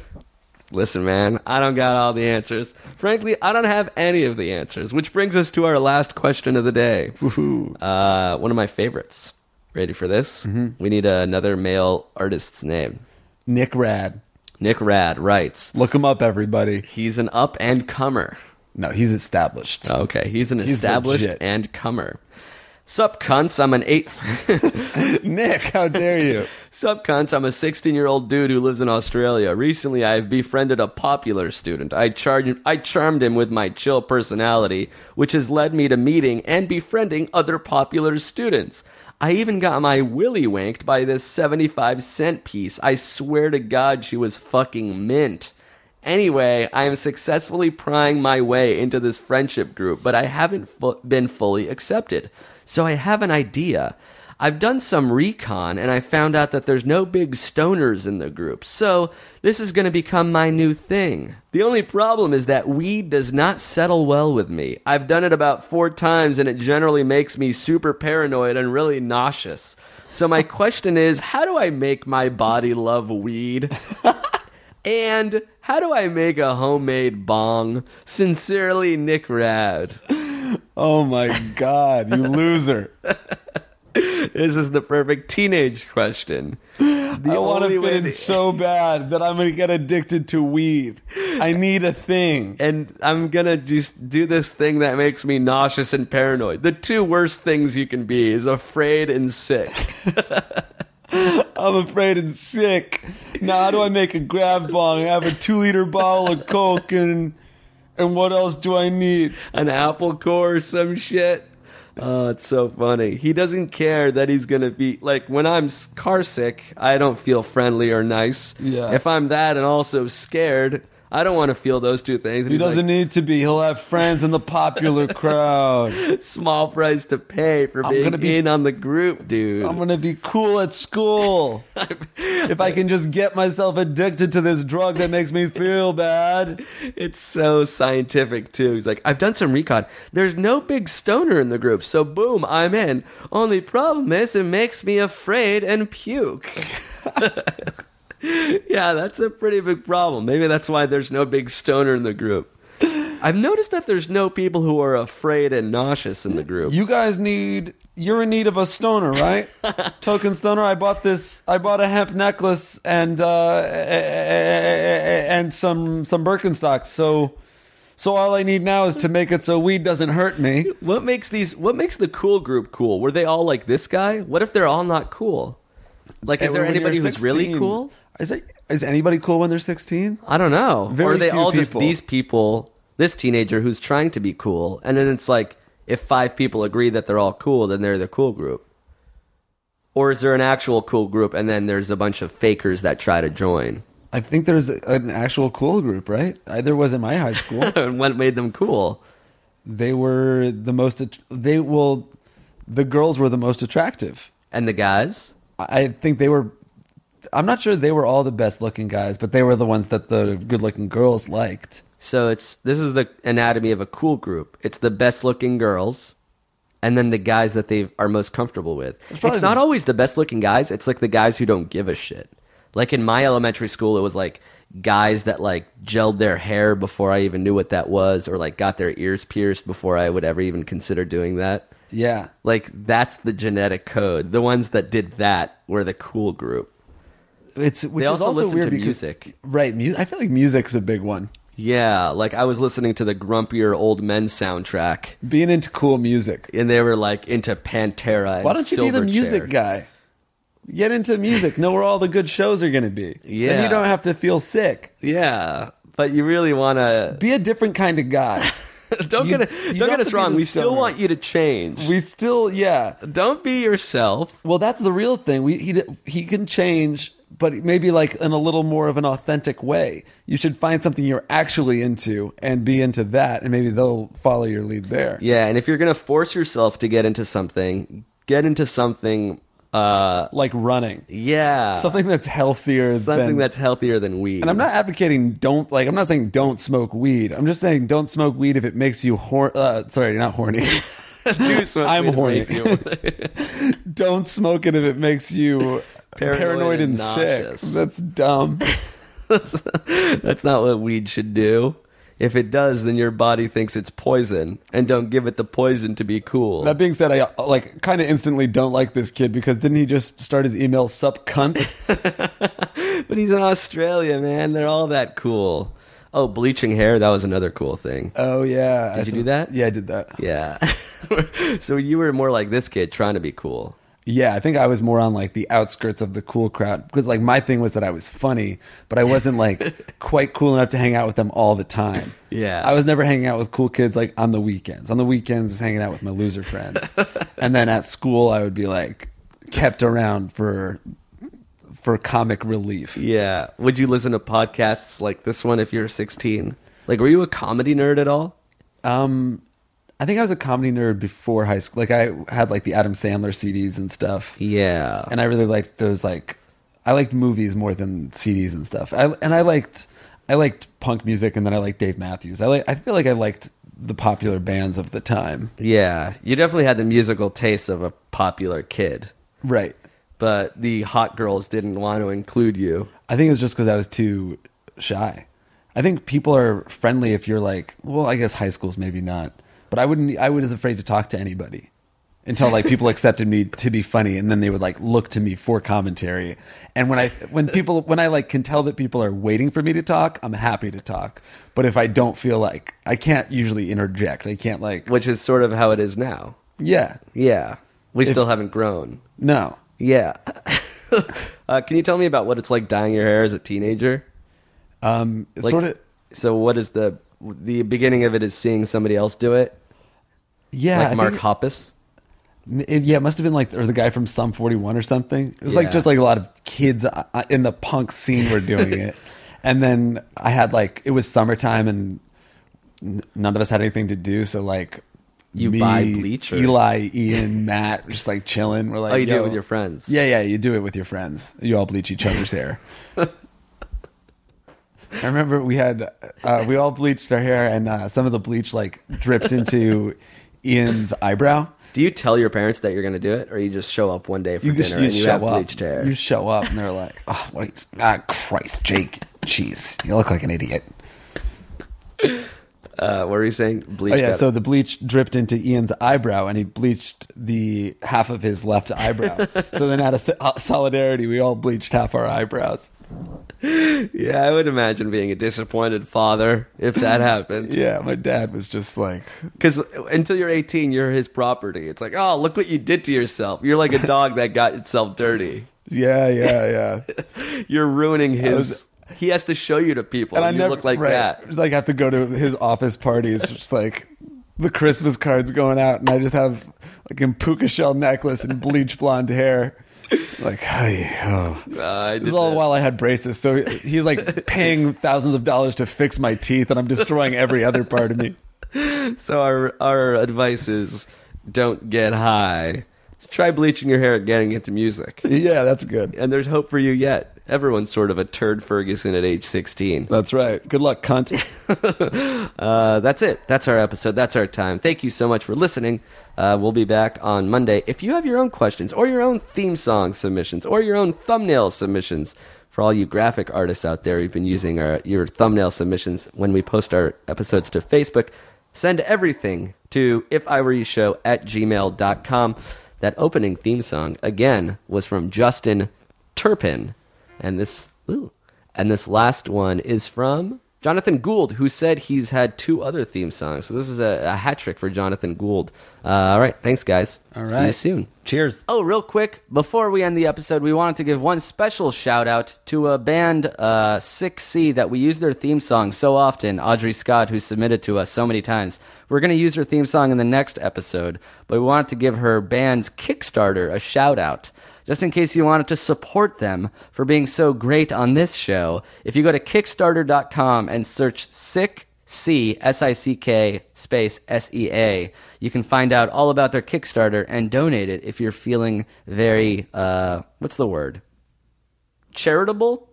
Speaker 5: Listen, man, I don't got all the answers. Frankly, I don't have any of the answers, which brings us to our last question of the day. Uh, one of my favorites. Ready for this?
Speaker 6: Mm-hmm.
Speaker 5: We need another male artist's name.
Speaker 6: Nick Rad,
Speaker 5: Nick Rad writes,
Speaker 6: look him up, everybody.
Speaker 5: he's an up and comer.
Speaker 6: No, he's established.
Speaker 5: Okay, he's an
Speaker 6: He's
Speaker 5: established
Speaker 6: legit.
Speaker 5: and comer. Sup, cunts, I'm an eight...
Speaker 6: Nick, how dare you?
Speaker 5: Sup, cunts? I'm a 16 year old dude who lives in Australia. Recently, I've befriended a popular student. I, char- I charmed him with my chill personality, which has led me to meeting and befriending other popular students. I even got my willy wanked by this 75 cent piece. I swear to God, she was fucking mint. Anyway, I am successfully prying my way into this friendship group, but I haven't fu- been fully accepted. So I have an idea. I've done some recon and I found out that there's no big stoners in the group, so this is going to become my new thing. The only problem is that weed does not settle well with me. I've done it about four times and it generally makes me super paranoid and really nauseous. So my question is how do I make my body love weed? And how do I make a homemade bong? Sincerely, Nick Rad.
Speaker 6: Oh my god, you loser!
Speaker 5: This is the perfect teenage question. The
Speaker 6: I want
Speaker 5: only
Speaker 6: to
Speaker 5: way
Speaker 6: fit in
Speaker 5: to-
Speaker 6: so bad that I'm gonna get addicted to weed. I need a thing.
Speaker 5: and I'm gonna just do this thing that makes me nauseous and paranoid. The two worst things you can be is afraid and sick.
Speaker 6: I'm afraid and sick. Now, how do I make a grab bong? I have a two liter bottle of coke and and what else do I need?
Speaker 5: An apple core or some shit. Oh, it's so funny. He doesn't care that he's gonna be like when I'm s- car sick, I don't feel friendly or nice.
Speaker 6: Yeah.
Speaker 5: If I'm that and also scared, I don't want to feel those two things. And
Speaker 6: He
Speaker 5: he's like,
Speaker 6: doesn't need to be. He'll have friends in the popular crowd.
Speaker 5: small price to pay for being
Speaker 6: gonna be-
Speaker 5: in on the group, dude.
Speaker 6: I'm gonna be cool at school. if I can just get myself addicted to this drug that makes me feel bad.
Speaker 5: It's so scientific too. He's like, I've done some recon. There's no big stoner in the group, so boom, I'm in. Only problem is it makes me afraid and puke. yeah, that's a pretty big problem. Maybe that's why there's no big stoner in the group. I've noticed that there's no people who are afraid and nauseous in the group.
Speaker 6: You guys need. You're in need of a stoner, right? Token stoner. I bought this. I bought a hemp necklace and uh, and some some Birkenstocks. So so all I need now is to make it so weed doesn't hurt me.
Speaker 5: what makes these what makes the cool group cool? Were they all like this guy? What if they're all not cool? Like is there
Speaker 6: When you're
Speaker 5: anybody who's really
Speaker 6: 16.
Speaker 5: cool?
Speaker 6: Is there, is anybody cool when they're 16?
Speaker 5: I don't know.
Speaker 6: Very
Speaker 5: or are they
Speaker 6: few
Speaker 5: all just
Speaker 6: people.
Speaker 5: these people, this teenager who's trying to be cool, and then it's like if five people agree that they're all cool, then they're the cool group. Or is there an actual cool group and then there's a bunch of fakers that try to join?
Speaker 6: I think there's an actual cool group, right? I, there was in my high school.
Speaker 5: and what made them cool?
Speaker 6: they were the most att- they will the girls were the most attractive
Speaker 5: And the guys?
Speaker 6: i I think they were i'm not sure they were all the best looking guys but they were the ones that the good looking girls liked
Speaker 5: So it's this is the anatomy of a cool group. It's the best looking girls and then the guys that they are most comfortable with. It's
Speaker 6: probably
Speaker 5: not
Speaker 6: the-
Speaker 5: always the best looking guys, it's like the guys who don't give a shit. Like in my elementary school it was like guys that like gelled their hair before I even knew what that was or like got their ears pierced before I would ever even consider doing that.
Speaker 6: yeah
Speaker 5: Like that's the genetic code. The ones that did that were the cool group.
Speaker 6: it's which
Speaker 5: also
Speaker 6: is also
Speaker 5: listen
Speaker 6: weird
Speaker 5: to
Speaker 6: because
Speaker 5: music.
Speaker 6: right music i feel like music's a big one
Speaker 5: Yeah, like I was listening to the grumpier old men soundtrack
Speaker 6: being into cool music
Speaker 5: and they were like into Pantera. And
Speaker 6: why don't you be the
Speaker 5: Silverchair.
Speaker 6: music guy get into music know where all the good shows are going to be then
Speaker 5: Yeah.
Speaker 6: you don't have to feel sick
Speaker 5: Yeah, but you really want to.
Speaker 6: be a different kind of guy
Speaker 5: Don't
Speaker 6: You-
Speaker 5: get
Speaker 6: you
Speaker 5: it,
Speaker 6: don't
Speaker 5: don't get
Speaker 6: have
Speaker 5: us
Speaker 6: to be
Speaker 5: wrong.
Speaker 6: the
Speaker 5: We still
Speaker 6: stoner.
Speaker 5: want you to change.
Speaker 6: we still yeah
Speaker 5: don't be yourself.
Speaker 6: Well, that's the real thing. We he he can change, but maybe like in a little more of an authentic way. You should find something you're actually into and be into that, and maybe they'll follow your lead there.
Speaker 5: Yeah, and if you're gonna force yourself to get into something, get into something. Uh,
Speaker 6: Like running,
Speaker 5: yeah,
Speaker 6: something that's healthier.
Speaker 5: something
Speaker 6: than,
Speaker 5: that's healthier than weed.
Speaker 6: And I'm not advocating don't like. I'm not saying don't smoke weed. I'm just saying don't smoke weed if it makes you horny. Uh, sorry, not horny.
Speaker 5: Do smoke
Speaker 6: I'm
Speaker 5: weed, it
Speaker 6: horny.
Speaker 5: makes you-
Speaker 6: don't smoke it if it makes you
Speaker 5: Paranoid
Speaker 6: paranoid,
Speaker 5: and
Speaker 6: and,
Speaker 5: nauseous.
Speaker 6: sick. That's dumb.
Speaker 5: that's, that's not what weed should do. If it does, then your body thinks it's poison, and don't give it the poison to be cool.
Speaker 6: That being said, I uh, like kind of instantly don't like this kid because didn't he just start his email sup cunt?
Speaker 5: But he's in Australia, man. They're all that cool. Oh, bleaching hair, that was another cool thing.
Speaker 6: oh yeah,
Speaker 5: Did you do that?
Speaker 6: Yeah, I did that.
Speaker 5: Yeah. so you were more like this kid trying to be cool.
Speaker 6: Yeah, I think I was more on like the outskirts of the cool crowd because like my thing was that I was funny, but I wasn't like quite cool enough to hang out with them all the time.
Speaker 5: Yeah.
Speaker 6: I was never hanging out with cool kids like on the weekends. On the weekends, I was hanging out with my loser friends, and then at school, I would be like kept around for for comic relief.
Speaker 5: Yeah. Would you listen to podcasts like this one if you were 16? Like, were you a comedy nerd at all?
Speaker 6: Um, I think I was a comedy nerd before high school. Like I had like the Adam Sandler CDs and stuff,
Speaker 5: Yeah.
Speaker 6: and I really liked those. Like I liked movies more than CDs and stuff. I and I liked I liked punk music, and then I liked Dave Matthews. I like I feel like I liked the popular bands of the time.
Speaker 5: yeah. You definitely had the musical taste of a popular kid,
Speaker 6: Right.
Speaker 5: but the hot girls didn't want to include you.
Speaker 6: I think it was just because I was too shy. I think people are friendly if you're like, well, I guess high school's maybe not, but I wouldn't. I was afraid to talk to anybody until like people accepted me to be funny, and then they would like look to me for commentary. And when I when people when I like can tell that people are waiting for me to talk, I'm happy to talk. But if I don't feel like I can't usually interject, I can't like
Speaker 5: Which is sort of how it is now.
Speaker 6: yeah
Speaker 5: Yeah. We still haven't grown.
Speaker 6: no.
Speaker 5: Yeah. uh, can you tell me about what it's like dyeing your hair as a teenager?
Speaker 6: Um, it's
Speaker 5: Like,
Speaker 6: sort of
Speaker 5: So what is the the beginning of it? Is seeing somebody else do it,
Speaker 6: yeah.
Speaker 5: like
Speaker 6: I
Speaker 5: Mark
Speaker 6: think-
Speaker 5: Hoppus.
Speaker 6: It, yeah, it must have been like or the guy from Sum 41 or something. It was
Speaker 5: Yeah.
Speaker 6: uh, like just like a lot of kids uh, in the punk scene were doing it. And then I had like it was summertime and n- none of us had anything to do, so like
Speaker 1: You buy bleach or-
Speaker 6: Eli, Ian, Matt, were just like chilling. We're like,
Speaker 5: Oh, you do it
Speaker 6: "Yo."
Speaker 5: with your friends.
Speaker 6: Yeah, yeah, you do it with your friends. You all bleach each other's hair. I remember we had uh, we all bleached our hair, and uh, some of the bleach like dripped into Ian's eyebrow.
Speaker 5: Do you tell your parents that you're going to do it, or you just show up one day for
Speaker 6: You
Speaker 5: dinner
Speaker 6: just you
Speaker 5: and you
Speaker 6: show
Speaker 5: have
Speaker 6: up.
Speaker 5: bleached hair?
Speaker 6: You show up, and they're like, "Oh, what? Are you, ah, Christ, Jake, jeez, you look like an idiot."
Speaker 5: uh, what are you saying? Bleached.
Speaker 6: Oh yeah,
Speaker 5: out-
Speaker 6: so the bleach dripped into Ian's eyebrow, and he bleached the half of his left eyebrow. so then, out of so- uh, solidarity, we all bleached half our eyebrows.
Speaker 5: yeah, I would imagine being a disappointed father if that happened.
Speaker 6: Yeah, my dad was just like,
Speaker 5: Because until you're 18, you're his property. It's like, oh, look what you did to yourself. You're like a dog that got itself dirty.
Speaker 6: "Yeah, yeah, yeah."
Speaker 5: You're ruining his.
Speaker 6: was-
Speaker 5: he has to show you to people. And you look like
Speaker 6: right.
Speaker 5: that.
Speaker 6: It's like I have to go to his office parties, just like the Christmas cards going out, and I just have like a puka shell necklace and bleach blonde hair. Like, hey, oh.
Speaker 5: Uh, I
Speaker 6: this
Speaker 5: did
Speaker 6: is all
Speaker 5: that.
Speaker 6: while I had braces, so he's like paying thousands of dollars to fix my teeth, and I'm destroying every other part of me.
Speaker 5: So our our advice is, don't get high. Try bleaching your hair and getting into music.
Speaker 6: Yeah, that's good.
Speaker 5: And there's hope for you yet. Everyone's sort of a turd Ferguson at age 16.
Speaker 6: That's right. Good luck, cunt.
Speaker 5: Uh, that's it. That's our episode. That's our time. Thank you so much for listening. Uh, we'll be back on Monday. If you have your own questions or your own theme song submissions or your own thumbnail submissions, for all you graphic artists out there, we've been using our, your thumbnail submissions when we post our episodes to Facebook. Send everything to if I were you show at gmail.com. That opening theme song, again, was from Justin Turpin. And this, ooh. And this last one is from Jonathan Gould, who said he's had two other theme songs. So this is a, a hat trick for Jonathan Gould. Uh, all right, thanks guys. All right, see you soon.
Speaker 3: Cheers.
Speaker 5: Oh, real quick, before we end the episode, we wanted to give one special shout out to a band, uh, 6C, that we use their theme song so often. Audrey Scott, who submitted to us so many times. We're going to use her theme song in the next episode, but we wanted to give her band's Kickstarter a shout out. Just in case you wanted to support them for being so great on this show, if you go to Kickstarter.com and search Sick C S I C K space S E A. You can find out all about their Kickstarter and donate it if you're feeling very uh what's the word? Charitable,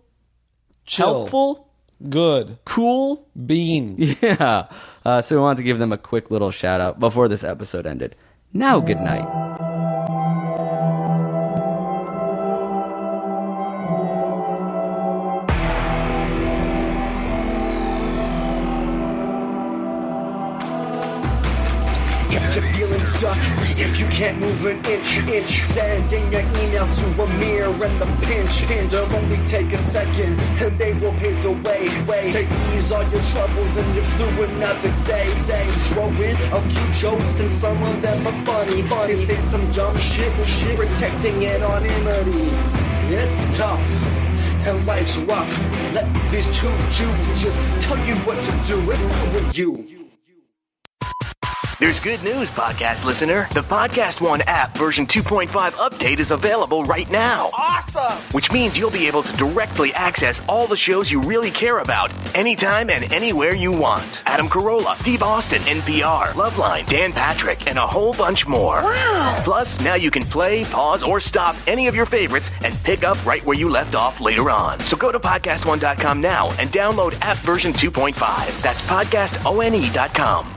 Speaker 6: Chill.
Speaker 5: helpful,
Speaker 6: Good.
Speaker 5: cool.
Speaker 6: Bean.
Speaker 5: Yeah. Uh, so we wanted to give them a quick little shout out before this episode ended. Now, good night.
Speaker 7: If you're feeling stuck, if you can't move an inch, inch, send in your email to a mirror and the pinch, pinch. They'll only take a second, and they will pave the way, way. To ease all your troubles and live through another day, day. Throw in a few jokes, and some of them are funny, funny. They say some dumb shit, and shit, protecting it on anonymity. It's tough and life's rough. Let these two Jews just tell you what to do if I were you.
Speaker 8: There's good news, podcast listener. The Podcast One app version 2.5 update is available right now. Awesome! Which means you'll be able to directly access all the shows you really care about anytime and anywhere you want. Adam Carolla, Steve Austin, NPR, Loveline, Dan Patrick, and a whole bunch more. Wow! Plus, now you can play, pause, or stop any of your favorites and pick up right where you left off later on. So go to podcastone.com now and download app version 2.5. That's podcastone.com.